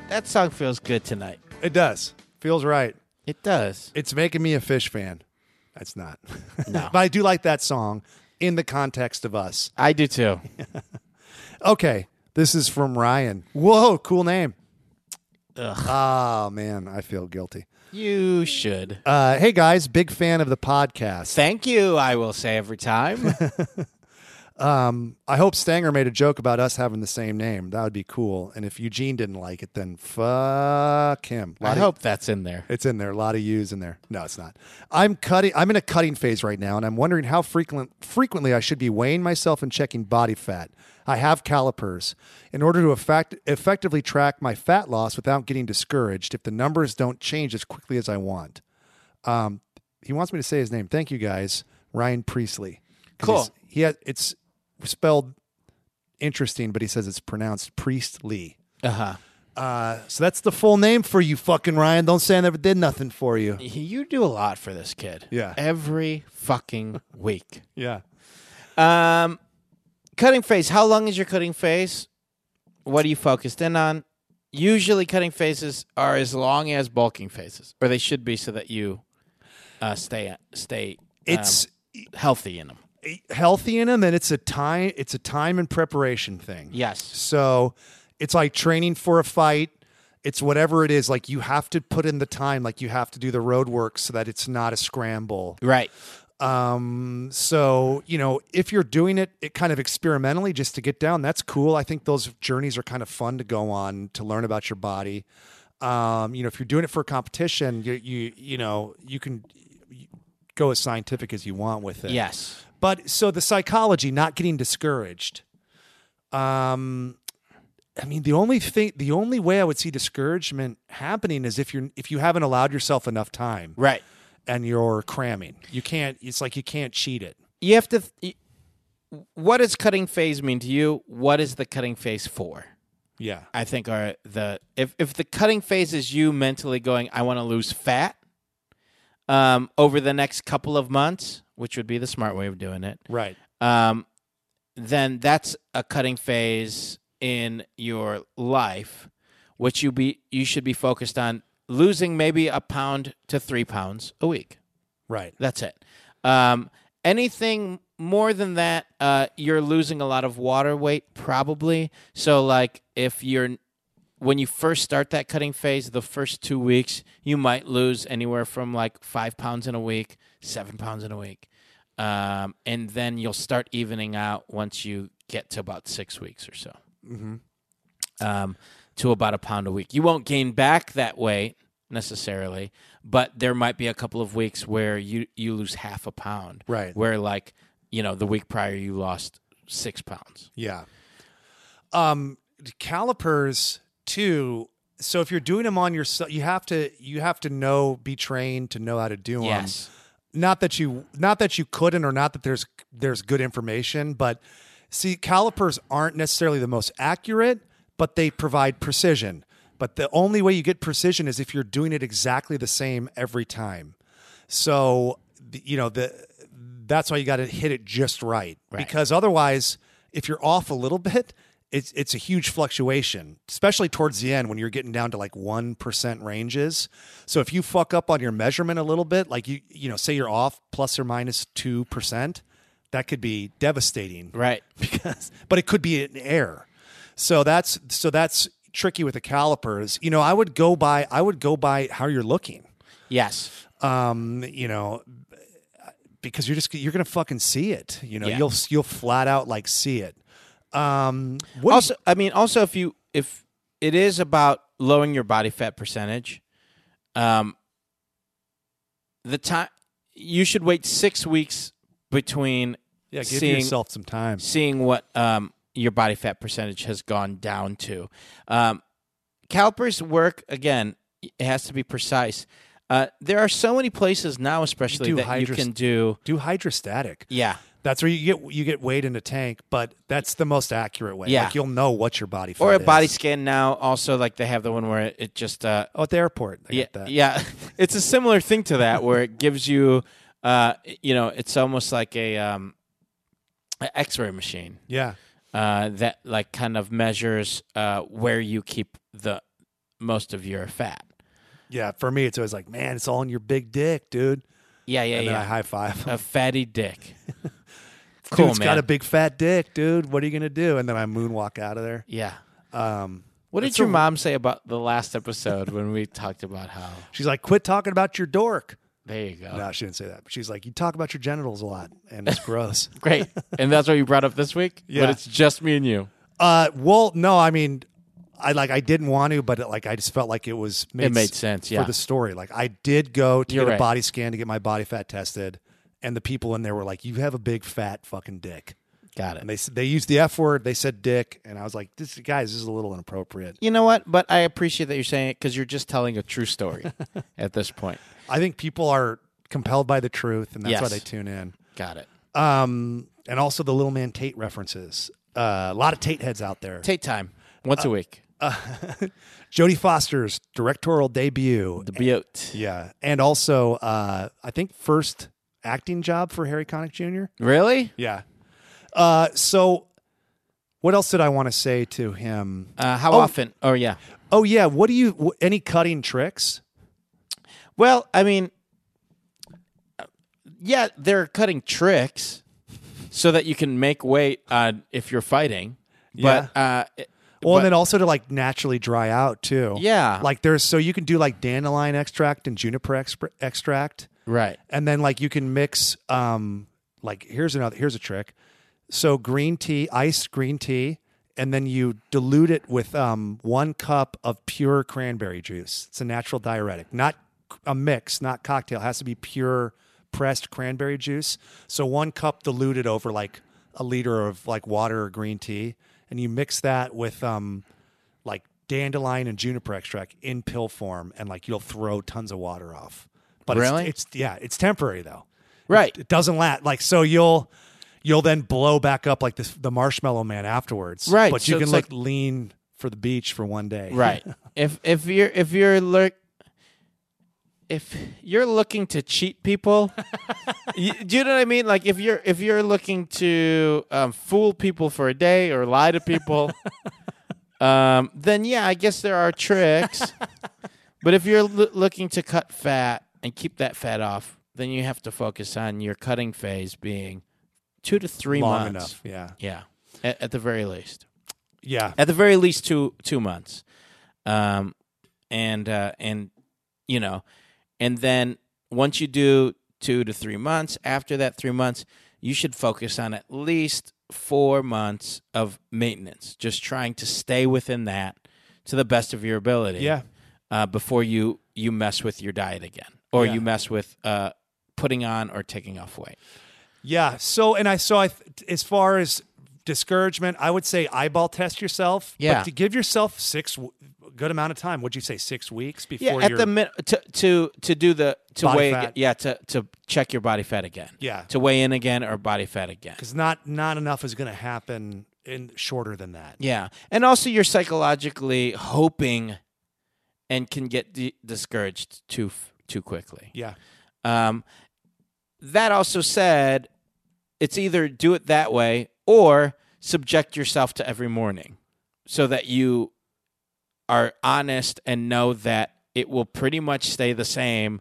Speaker 2: That song feels good tonight.
Speaker 3: It does. Feels right.
Speaker 2: It does.
Speaker 3: It's making me a fish fan. That's <laughs> not. but I do like that song in the context of us.
Speaker 2: I do too.
Speaker 3: Okay. This is from Ryan. Whoa, cool name. Ah, man, I feel guilty.
Speaker 2: You should.
Speaker 3: Uh, hey, guys, big fan of the podcast.
Speaker 2: Thank you, I will say every time.
Speaker 5: Um, I hope Stanger made a joke about us having the same name. That would be cool. And if Eugene didn't like it, then fuck him.
Speaker 2: I
Speaker 5: Lot of-
Speaker 2: hope that's in there.
Speaker 5: it's in there. A lot of U's in there. No, it's not. I'm cutting. I'm in a cutting phase right now, and I'm wondering how frequent frequently I should be weighing myself and checking body fat. I have calipers in order to effect, effectively track my fat loss without getting discouraged if the numbers don't change as quickly as I want. Um, he wants me to say his name. Thank you guys, Ryan Priestley. 'Cause
Speaker 2: Cool.
Speaker 5: he's- He has, it's spelled interesting, but he says it's pronounced Priestley.
Speaker 2: Uh huh.
Speaker 5: Uh, so that's the full name for you, fucking Ryan. Don't say I never did nothing for you.
Speaker 2: You do a lot for this kid.
Speaker 5: Yeah.
Speaker 2: Every fucking week.
Speaker 5: Yeah.
Speaker 2: Um, cutting phase. How long is your cutting phase? What are you focused in on? Usually, cutting phases are as long as bulking phases, or they should be, so that you uh, stay stay um,
Speaker 5: It's
Speaker 2: healthy in them.
Speaker 5: healthy in him, and it's a time. It's a time and preparation thing.
Speaker 2: Yes.
Speaker 5: So it's like training for a fight. It's whatever it is. Like you have to put in the time. Like you have to do the road work so that it's not a scramble.
Speaker 2: Right.
Speaker 5: Um, so you know, if you're doing it, it kind of experimentally just to get down, that's cool. I think those journeys are kind of fun to go on to learn about your body. Um, you know, if you're doing it for a competition, you you you know you can go as scientific as you want with it.
Speaker 2: Yes.
Speaker 5: But so the psychology, not getting discouraged. Um, I mean, the only thing, the only way I would see discouragement happening is if you're if you haven't allowed yourself enough time
Speaker 2: Right.
Speaker 5: and you're cramming. You can't. It's like you can't cheat it.
Speaker 2: You have to. Th- what does cutting phase mean to you? What is the cutting phase for?
Speaker 5: Yeah.
Speaker 2: I think are the if if the cutting phase is you mentally going, I want to lose fat um, over the next couple of months, which would be the smart way of doing it.
Speaker 5: Right.
Speaker 2: Um, then that's a cutting phase in your life, which you be you should be focused on losing maybe a pound to three pounds a week.
Speaker 5: Right.
Speaker 2: That's it. Um, anything more than that, uh, you're losing a lot of water weight probably. So, like, if you're when you first start that cutting phase, the first two weeks, you might lose anywhere from like five pounds in a week, seven pounds in a week. Um, and then you'll start evening out once you get to about six weeks or so um, to about a pound a week. You won't gain back that weight necessarily, but there might be a couple of weeks where you you lose half a pound.
Speaker 5: Right.
Speaker 2: Where like you know the week prior you lost six pounds.
Speaker 5: Yeah. Um, calipers too. So if you're doing them on yourself, you have to you have to know, be trained to know how to do them.
Speaker 2: Yes.
Speaker 5: Not that you not that you couldn't, or not that there's there's good information, but see, calipers aren't necessarily the most accurate, but they provide precision. But the only way you get precision is if you're doing it exactly the same every time. So the- you know the that's why you got to hit it just right, because otherwise, if you're off a little bit, it's it's a huge fluctuation, especially towards the end when you're getting down to like one percent ranges. So if you fuck up on your measurement a little bit, like you you know say you're off plus or minus two percent, that could be devastating
Speaker 2: Right.
Speaker 5: <laughs> because but it could be an error. So that's so that's tricky with the calipers. You know, I would go by I would go by how you're looking.
Speaker 2: Yes.
Speaker 5: Um, you know, because you're just you're gonna fucking see it. You know,
Speaker 2: Yeah.
Speaker 5: you'll you'll flat out like see it. Um, what do you-
Speaker 2: also, I mean, also if you if it is about lowering your body fat percentage, um, the time you should wait six weeks between
Speaker 5: yeah, give
Speaker 2: seeing
Speaker 5: yourself some time.
Speaker 2: seeing what um, your body fat percentage has gone down to. Um, calipers work again. It has to be precise. Uh, there are so many places now, especially
Speaker 5: do
Speaker 2: that you
Speaker 5: hydros-
Speaker 2: can do.
Speaker 5: Do hydrostatic.
Speaker 2: Yeah,
Speaker 5: That's where you get you get weighed in a tank, but that's the most accurate way.
Speaker 2: Yeah.
Speaker 5: Like you'll know what your body fat
Speaker 2: or a body
Speaker 5: is.
Speaker 2: scan now. Also, like they have the one where it, it just uh,
Speaker 5: Oh, at the airport. I
Speaker 2: yeah,
Speaker 5: got that.
Speaker 2: yeah. <laughs> It's a similar thing to that, where it gives you, uh, you know, it's almost like a um, an X-ray machine.
Speaker 5: yeah.
Speaker 2: uh, that like kind of measures uh, where you keep the most of your fat.
Speaker 5: Yeah, for me, it's always like, man, it's all in your big dick, dude.
Speaker 2: Yeah, yeah,
Speaker 5: And then I
Speaker 2: yeah.
Speaker 5: high five. <laughs>
Speaker 2: A fatty dick.
Speaker 5: Cool,
Speaker 2: <laughs> cool,
Speaker 5: Dude's
Speaker 2: man.
Speaker 5: got a big fat dick, dude. What are you gonna do? And then I moonwalk out of there.
Speaker 2: yeah.
Speaker 5: Um,
Speaker 2: What did
Speaker 5: That's
Speaker 2: your
Speaker 5: a-
Speaker 2: mom say about the last episode when we talked about how?
Speaker 5: she's like, "Quit talking about your dork."
Speaker 2: There you go.
Speaker 5: <laughs> No, she didn't say that. But she's like, you talk about your genitals a lot, and it's
Speaker 2: <laughs>
Speaker 5: gross. <laughs>
Speaker 2: Great. And that's what you brought up this week?
Speaker 5: Yeah.
Speaker 2: But it's just me and you.
Speaker 5: uh, well, no, I mean, I like I didn't want to, but like I just felt like it was made
Speaker 2: It made
Speaker 5: s-
Speaker 2: sense,
Speaker 5: for
Speaker 2: yeah.
Speaker 5: the story. Like I did go to
Speaker 2: You're
Speaker 5: get
Speaker 2: right.
Speaker 5: a body scan to get my body fat tested, and the people in there were like, you have a big fat fucking dick,
Speaker 2: Got
Speaker 5: and they s- they used the f word. They said dick, and I was like, this guys, this is a little inappropriate.
Speaker 2: You know what? But I appreciate that you're saying it because you're just telling a true <laughs> story at this point.
Speaker 5: I think people are compelled by the truth, and that's why
Speaker 2: Yes.
Speaker 5: they tune in.
Speaker 2: Got it.
Speaker 5: Um, and also the little man Tate references. Uh, a lot of Tate heads out there.
Speaker 2: Take time. Once a week.
Speaker 5: Jodie Foster's directorial debut.
Speaker 2: The beaut.
Speaker 5: Yeah, and also uh, I think first acting job for Harry Connick Jr.
Speaker 2: Really?
Speaker 5: Yeah. Uh, so, what else did I want to say to him?
Speaker 2: Uh, how
Speaker 5: Oh.
Speaker 2: often? Oh, yeah.
Speaker 5: oh yeah, what do you wh- any cutting tricks?
Speaker 2: Well, I mean, uh, yeah, they're cutting tricks so that you can make weight on if you're fighting. But uh, it-
Speaker 5: Well,
Speaker 2: but-
Speaker 5: and then also to like naturally dry out too.
Speaker 2: Yeah.
Speaker 5: like there's so you can do like dandelion extract and juniper expr extract.
Speaker 2: right.
Speaker 5: and then like you can mix um like here's another here's a trick so green tea iced green tea and then you dilute it with um one cup of pure cranberry juice it's a natural diuretic not c- a mix not cocktail it has to be pure pressed cranberry juice so one cup diluted over like a liter of like water or green tea and you mix that with um like dandelion and juniper extract in pill form and like you'll throw tons of water off but it's-
Speaker 2: Really?
Speaker 5: it's, yeah it's temporary though
Speaker 2: Right.
Speaker 5: it doesn't last like so you'll you'll then blow back up like this, the marshmallow man afterwards
Speaker 2: Right,
Speaker 5: but
Speaker 2: so
Speaker 5: you can
Speaker 2: it's
Speaker 5: like,
Speaker 2: like-
Speaker 5: lean for the beach for one day
Speaker 2: Right.
Speaker 5: <laughs>
Speaker 2: if if you're if you're lurk if you're looking to cheat
Speaker 5: <laughs>
Speaker 2: people, you, do you know what I mean? Like if you're if you're looking to um, fool people for a day or lie to
Speaker 5: <laughs>
Speaker 2: people, um, then yeah, I guess there are
Speaker 5: <laughs>
Speaker 2: tricks. but if you're l- looking to cut fat and keep that fat off, then you have to focus on your cutting phase being two to three
Speaker 5: long
Speaker 2: months.
Speaker 5: enough yeah
Speaker 2: Yeah, at, at the very least
Speaker 5: yeah
Speaker 2: at the very least two two months um and uh and you know and then once you do two to three months after that three months you should focus on at least four months of maintenance just trying to stay within that to the best of your ability
Speaker 5: Yeah.
Speaker 2: uh, before you you mess with your diet again or
Speaker 5: Yeah.
Speaker 2: you mess with uh putting on or taking off weight
Speaker 5: yeah so and i so i th- as far as discouragement i would say eyeball test yourself
Speaker 2: Yeah.
Speaker 5: but to give yourself six w- good amount of time would you say six weeks
Speaker 2: yeah
Speaker 5: before
Speaker 2: at
Speaker 5: you're,
Speaker 2: the min- to to to do the to
Speaker 5: Body
Speaker 2: weigh
Speaker 5: fat.
Speaker 2: aga- yeah to to check your body fat again
Speaker 5: Yeah.
Speaker 2: to weigh in again or body fat again
Speaker 5: because not not enough is going to happen in shorter than that
Speaker 2: yeah and also you're psychologically hoping and can get d- discouraged too f- too quickly
Speaker 5: yeah
Speaker 2: um that also said it's either do it that way or subject yourself to every morning so that you are honest and know that it will pretty much stay the same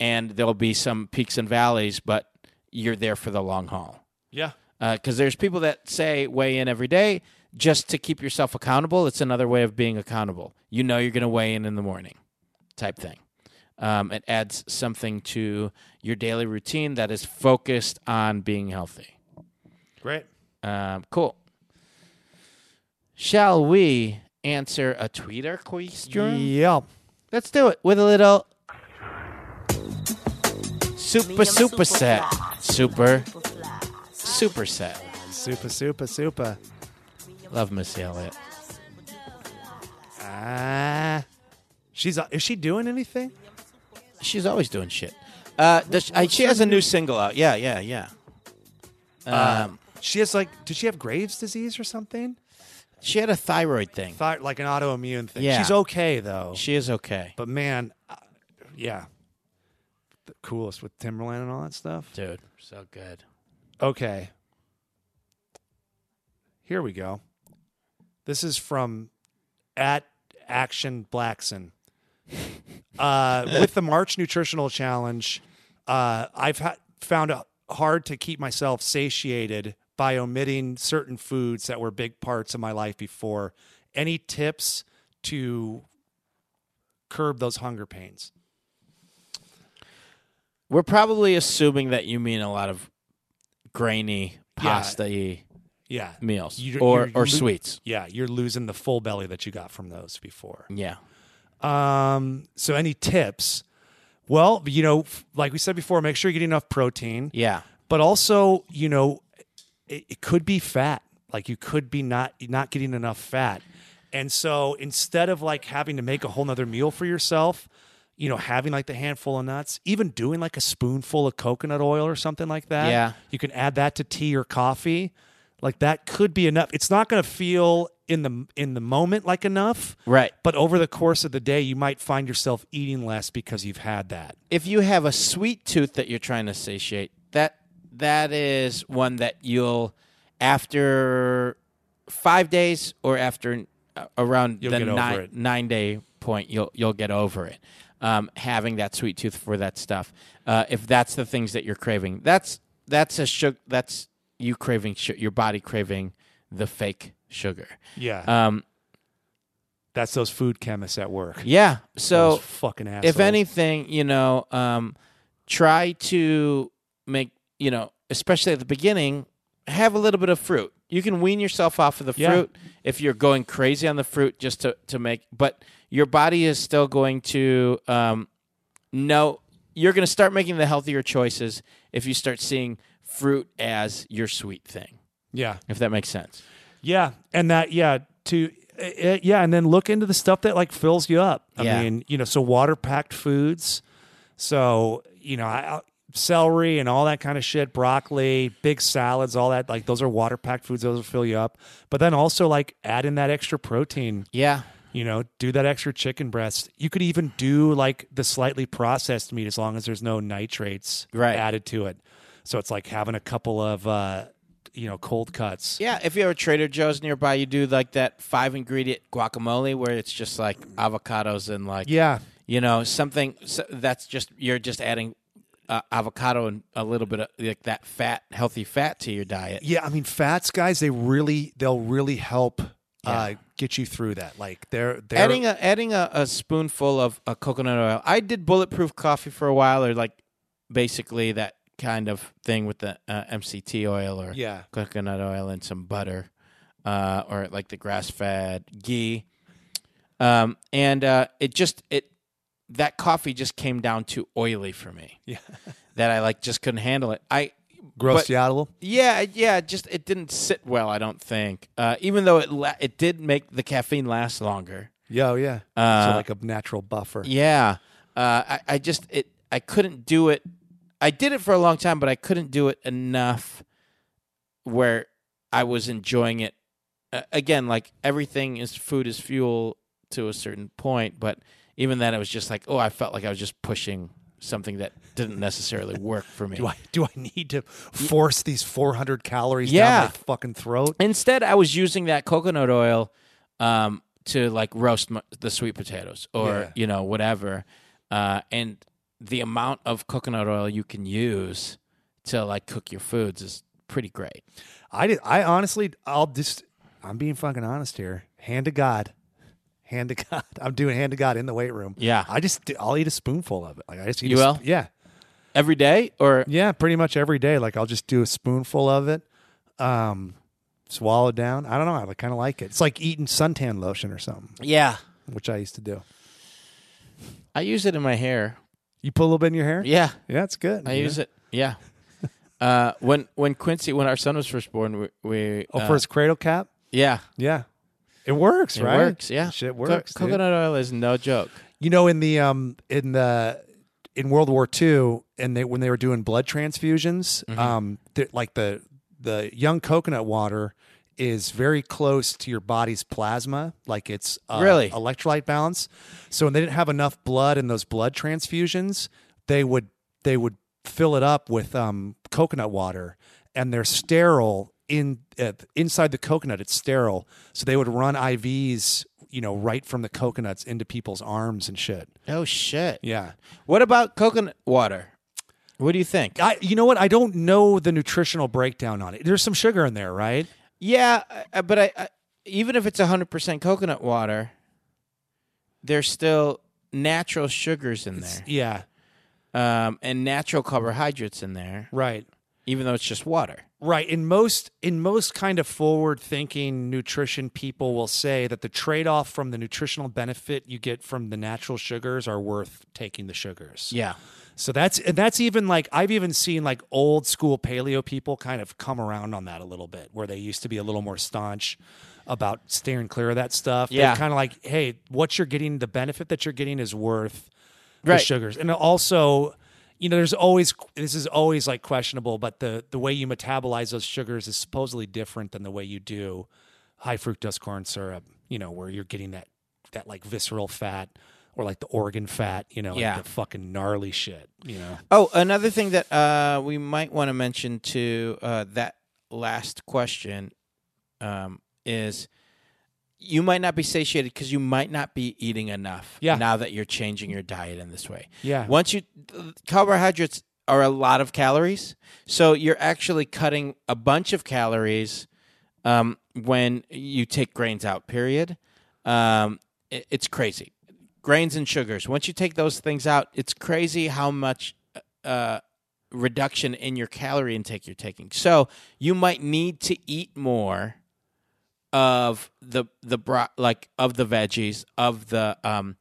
Speaker 2: and there'll be some peaks and valleys, but you're there for the long haul.
Speaker 5: yeah
Speaker 2: Because there's people that say weigh in every day just to keep yourself accountable. It's another way of being accountable. You know you're going to weigh in in the morning type thing. Um, it adds something to your daily routine that is focused on being healthy.
Speaker 5: great
Speaker 2: Um, cool. Shall we answer a Twitter question?
Speaker 5: yeah
Speaker 2: Let's do it with a little super super set. Super super set.
Speaker 5: super super super
Speaker 2: Love Missy Elliott.
Speaker 5: Ah, she's uh, is she doing anything?
Speaker 2: She's always doing shit. Uh, does, uh, she has a new single out. Yeah, yeah, yeah. Um,
Speaker 5: She has like, did she have Graves' disease or something?
Speaker 2: she had a thyroid thing.
Speaker 5: Thought like an autoimmune thing.
Speaker 2: Yeah.
Speaker 5: she's okay though.
Speaker 2: She is okay,
Speaker 5: but man, uh, yeah, the coolest with Timberland and all that stuff.
Speaker 2: dude. So good.
Speaker 5: Okay, here we go. This is from at Action Blackson. uh, with the March Nutritional Challenge, uh, I've ha- found it hard to keep myself satiated by omitting certain foods that were big parts of my life before. Any tips to curb those hunger pains?
Speaker 2: We're probably assuming that you mean a lot of grainy, pasta y
Speaker 5: Yeah.
Speaker 2: meals
Speaker 5: You-
Speaker 2: or,
Speaker 5: you-
Speaker 2: or
Speaker 5: you-
Speaker 2: sweets.
Speaker 5: Yeah, you're losing the full belly that you got from those before.
Speaker 2: Yeah.
Speaker 5: Um, so any tips? Well, you know, f- like we said before, make sure you get enough protein,
Speaker 2: Yeah.
Speaker 5: but also, you know, it, it could be fat. Like you could be not not getting enough fat, and so instead of like having to make a whole nother meal for yourself, you know, having like the handful of nuts, even doing like a spoonful of coconut oil or something like that.
Speaker 2: Yeah.
Speaker 5: you can add that to tea or coffee. Like that could be enough. It's not going to feel in the in the moment like enough,
Speaker 2: Right.
Speaker 5: but over the course of the day, you might find yourself eating less because you've had that.
Speaker 2: If you have a sweet tooth that you're trying to satiate, that that is one that you'll after 5 days or after uh, around
Speaker 5: You'll
Speaker 2: the
Speaker 5: get over
Speaker 2: nine,
Speaker 5: it.
Speaker 2: 9 day point you'll you'll get over it. Um, having that sweet tooth for that stuff. Uh, if that's the things that you're craving. That's that's a sug- that's you craving su- your body craving the fake sugar.
Speaker 5: Yeah,
Speaker 2: Um,
Speaker 5: Uh, that's those food chemists at work.
Speaker 2: Yeah. So
Speaker 5: Those fucking assholes.
Speaker 2: if anything, you know, um, try to make you know, especially at the beginning, have a little bit of fruit. You can wean yourself off of the
Speaker 5: Yeah.
Speaker 2: fruit if you're going crazy on the fruit just to to make, but your body is still going to um, know you're going to start making the healthier choices if you start seeing fruit as your sweet thing.
Speaker 5: yeah,
Speaker 2: If that makes sense.
Speaker 5: yeah, and that, yeah, to uh, uh, yeah, and then look into the stuff that like fills you up. I
Speaker 2: Yeah.
Speaker 5: mean, you know, so water packed foods, so you know, I, I- celery and all that kind of shit, broccoli, big salads, all that. Like those are water packed foods; those will fill you up. But then also like add in that extra protein.
Speaker 2: Yeah.
Speaker 5: You know, do that extra chicken breast. You could even do like the slightly processed meat as long as there's no nitrates
Speaker 2: Right.
Speaker 5: added to it. So it's like having a couple of uh, you know, cold cuts.
Speaker 2: Yeah, if you have a Trader Joe's nearby, you do like that five ingredient guacamole where it's just like avocados and like
Speaker 5: Yeah.
Speaker 2: you know something so that's just you're just adding uh, avocado and a little bit of like that fat, healthy fat to your diet.
Speaker 5: Yeah, I mean fats guys, they really they'll really help uh get you through that. Like they're they're
Speaker 2: adding a adding a, a spoonful of a coconut oil. I did bulletproof coffee for a while, or like basically that kind of thing with the uh, MCT oil or
Speaker 5: Yeah.
Speaker 2: coconut oil and some butter, uh, or like the grass fed ghee. Um, and uh, it just it that coffee just came down too oily for me. Yeah, <laughs> that I like just couldn't handle it. I
Speaker 5: gross
Speaker 2: but-
Speaker 5: you out a little.
Speaker 2: yeah, it- yeah, it just it didn't sit well. I don't think, uh, even though it la- it did make the caffeine last longer.
Speaker 5: Yeah, oh, yeah.
Speaker 2: Uh,
Speaker 5: so like a natural buffer.
Speaker 2: Yeah, uh, I, I just it I couldn't do it. I did it for a long time, but I couldn't do it enough where I was enjoying it. Uh, again, like everything is food is fuel to a certain point, but even then, it was just like oh, I felt like I was just pushing something that didn't necessarily work for me.
Speaker 5: Do I do I need to force these 400 calories
Speaker 2: Yeah.
Speaker 5: down my fucking throat?
Speaker 2: Instead, I was using that coconut oil um, to like roast m the sweet potatoes or
Speaker 5: Yeah.
Speaker 2: you know whatever, uh, and the amount of coconut oil you can use to like cook your foods is pretty great.
Speaker 5: I did. I honestly, I'll just. I'm being fucking honest here. Hand to God, hand to <laughs> God. I'm doing hand to God in the weight room.
Speaker 2: Yeah.
Speaker 5: I just. do- I'll eat a spoonful of it. Like I just. Eat
Speaker 2: You
Speaker 5: a
Speaker 2: will?
Speaker 5: sp- Yeah.
Speaker 2: Every day or
Speaker 5: Yeah. Pretty much every day. Like I'll just do a spoonful of it. Um, swallow down. I don't know. I kind of like it. It's like eating suntan lotion or something,
Speaker 2: yeah,
Speaker 5: which I used to do.
Speaker 2: I use it in my hair.
Speaker 5: You put a little bit in your hair.
Speaker 2: Yeah,
Speaker 5: Yeah, it's good.
Speaker 2: I use it. Yeah. <laughs> Uh, when when Quincy when our son was first born we, we
Speaker 5: Oh,
Speaker 2: uh,
Speaker 5: for his cradle cap.
Speaker 2: yeah
Speaker 5: Yeah. It works,
Speaker 2: it
Speaker 5: right?
Speaker 2: works yeah
Speaker 5: Shit
Speaker 2: Co-
Speaker 5: works. dude.
Speaker 2: coconut oil is no joke
Speaker 5: You know, in the um, in the in World War II, and they when they were doing blood transfusions, um, th- like the the young coconut water is very close to your body's plasma, like it's uh,
Speaker 2: Really?
Speaker 5: electrolyte balance. So when they didn't have enough blood in those blood transfusions, they would they would fill it up with um, coconut water, and they're sterile in uh, inside the coconut. It's sterile, so they would run IVs, you know, right from the coconuts into people's arms and shit.
Speaker 2: oh shit
Speaker 5: Yeah,
Speaker 2: What about coconut water? What do you think?
Speaker 5: I you know what? I don't know the nutritional breakdown on it. There's some sugar in there, right?
Speaker 2: Yeah, uh, but I, I even if it's 100% coconut water, there's still natural sugars in there.
Speaker 5: Yeah.
Speaker 2: um, and natural carbohydrates in there,
Speaker 5: Right.
Speaker 2: even though it's just water.
Speaker 5: Right. In most in most kind of forward thinking nutrition people will say that the trade off from the nutritional benefit you get from the natural sugars are worth taking the sugars.
Speaker 2: Yeah.
Speaker 5: So that's and that's even like I've even seen like old school paleo people kind of come around on that a little bit where they used to be a little more staunch about steering clear of that stuff. They're
Speaker 2: Yeah.
Speaker 5: kind of like, hey, what you're getting, the benefit that you're getting is worth
Speaker 2: Right.
Speaker 5: the sugars. And also, you know, there's always this is always like questionable, but the the way you metabolize those sugars is supposedly different than the way you do high fructose corn syrup, you know, where you're getting that that like visceral fat or like the organ fat, you know,
Speaker 2: Yeah.
Speaker 5: like the fucking gnarly shit, you know.
Speaker 2: Oh, another thing that uh, we might want to mention to uh, that last question um, is you might not be satiated because you might not be eating enough
Speaker 5: Yeah.
Speaker 2: now that you're changing your diet in this way.
Speaker 5: Yeah.
Speaker 2: Once you, carbohydrates are a lot of calories. So you're actually cutting a bunch of calories um, when you take grains out, period. Um, it- it's crazy. Grains and sugars. Once you take those things out, it's crazy how much uh, reduction in your calorie intake you're taking. So you might need to eat more of the the bro- like of the veggies of the um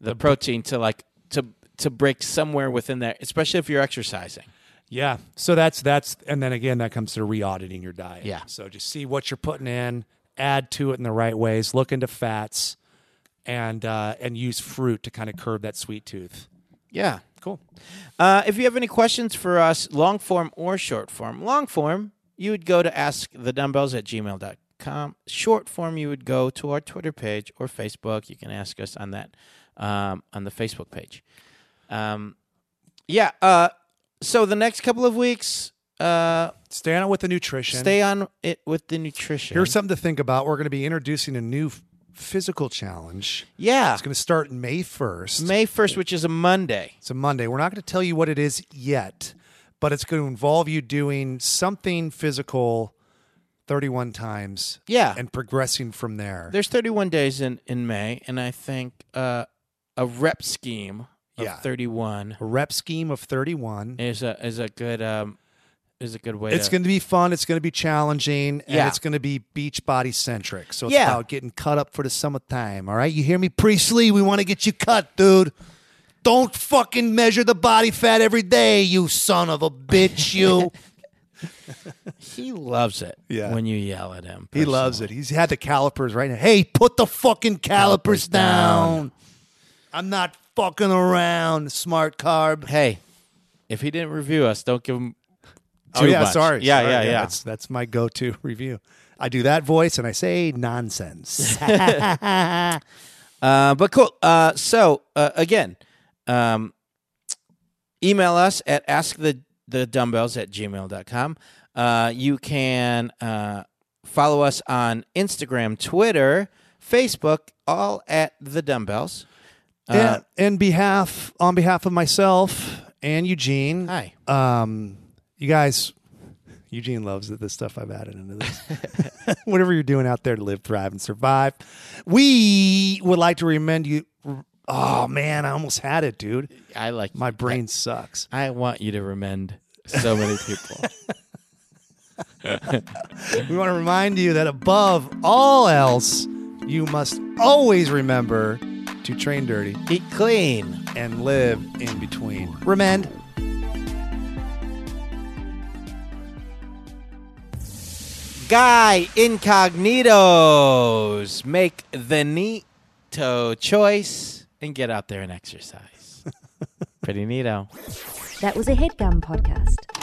Speaker 2: the, protein to like to to break somewhere within there, especially if you're exercising.
Speaker 5: Yeah. So that's that's and then again that comes to re-auditing your diet.
Speaker 2: Yeah.
Speaker 5: So just see what you're putting in, add to it in the right ways, look into fats and uh and use fruit to kind of curb that sweet tooth.
Speaker 2: Yeah.
Speaker 5: Cool.
Speaker 2: Uh, if you have any questions for us, long form or short form, long form, you would go to askthedumbbells at gmail.com. Short form, you would go to our Twitter page or Facebook. You can ask us on that, um, on the Facebook page. Um, yeah. Uh, so the next couple of weeks, uh,
Speaker 5: Stay on it with the nutrition.
Speaker 2: stay on it with the nutrition.
Speaker 5: Here's something to think about. We're going to be introducing a new f- physical challenge.
Speaker 2: yeah.
Speaker 5: It's going to start May 1st.
Speaker 2: May 1st, which is a Monday.
Speaker 5: It's a Monday. We're not going to tell you what it is yet, but it's going to involve you doing something physical 31 times
Speaker 2: Yeah.
Speaker 5: and progressing from there.
Speaker 2: There's 31 days in, in May, and I think uh, a rep scheme of
Speaker 5: Yeah.
Speaker 2: 31
Speaker 5: a rep scheme of 31.
Speaker 2: is a is a good um is a good way.
Speaker 5: It's
Speaker 2: to,
Speaker 5: going to be fun. It's going to be challenging, and
Speaker 2: Yeah.
Speaker 5: it's going to be beach body centric. So it's
Speaker 2: Yeah.
Speaker 5: about getting cut up for the summertime. All right, you hear me, Priestley? We want to get you cut, dude. Don't fucking measure the body fat every day, you son of a
Speaker 2: <laughs>
Speaker 5: bitch. You.
Speaker 2: he loves it.
Speaker 5: Yeah.
Speaker 2: when you yell at him,
Speaker 5: he loves it. He's had the calipers right now. Hey, put the fucking
Speaker 2: Calipers
Speaker 5: calipers, down.
Speaker 2: down.
Speaker 5: I'm not fucking around, smart carb.
Speaker 2: Hey, if he didn't review us, don't give him.
Speaker 5: oh
Speaker 2: too
Speaker 5: yeah,
Speaker 2: much.
Speaker 5: sorry.
Speaker 2: Yeah,
Speaker 5: sorry,
Speaker 2: yeah, yeah.
Speaker 5: That's that's my go-to <laughs> review. I do that voice and I say nonsense.
Speaker 2: <laughs>
Speaker 5: <laughs>
Speaker 2: Uh, but cool. Uh, so uh, again, um, email us at ask the the dumbbells at gmail.com. Uh, you can uh, follow us on Instagram, Twitter, Facebook, all at the dumbbells. Uh,
Speaker 5: and, and behalf on behalf of myself and Eugene.
Speaker 2: Hi.
Speaker 5: Um, you guys, Eugene loves that this stuff I've added into this. <laughs> Whatever you're doing out there to live, thrive, and survive, we would like to recommend you. Oh man, I almost had it, dude.
Speaker 2: I like
Speaker 5: My brain sucks.
Speaker 2: I want you to remend so many people.
Speaker 5: We want to remind you that above all else, you must always remember to train dirty
Speaker 2: <laughs> Eat clean.
Speaker 5: and live in between. Remend.
Speaker 2: Guy Incognitos, make the neato choice and get out there and exercise. Pretty neato.
Speaker 1: That was a headgum podcast.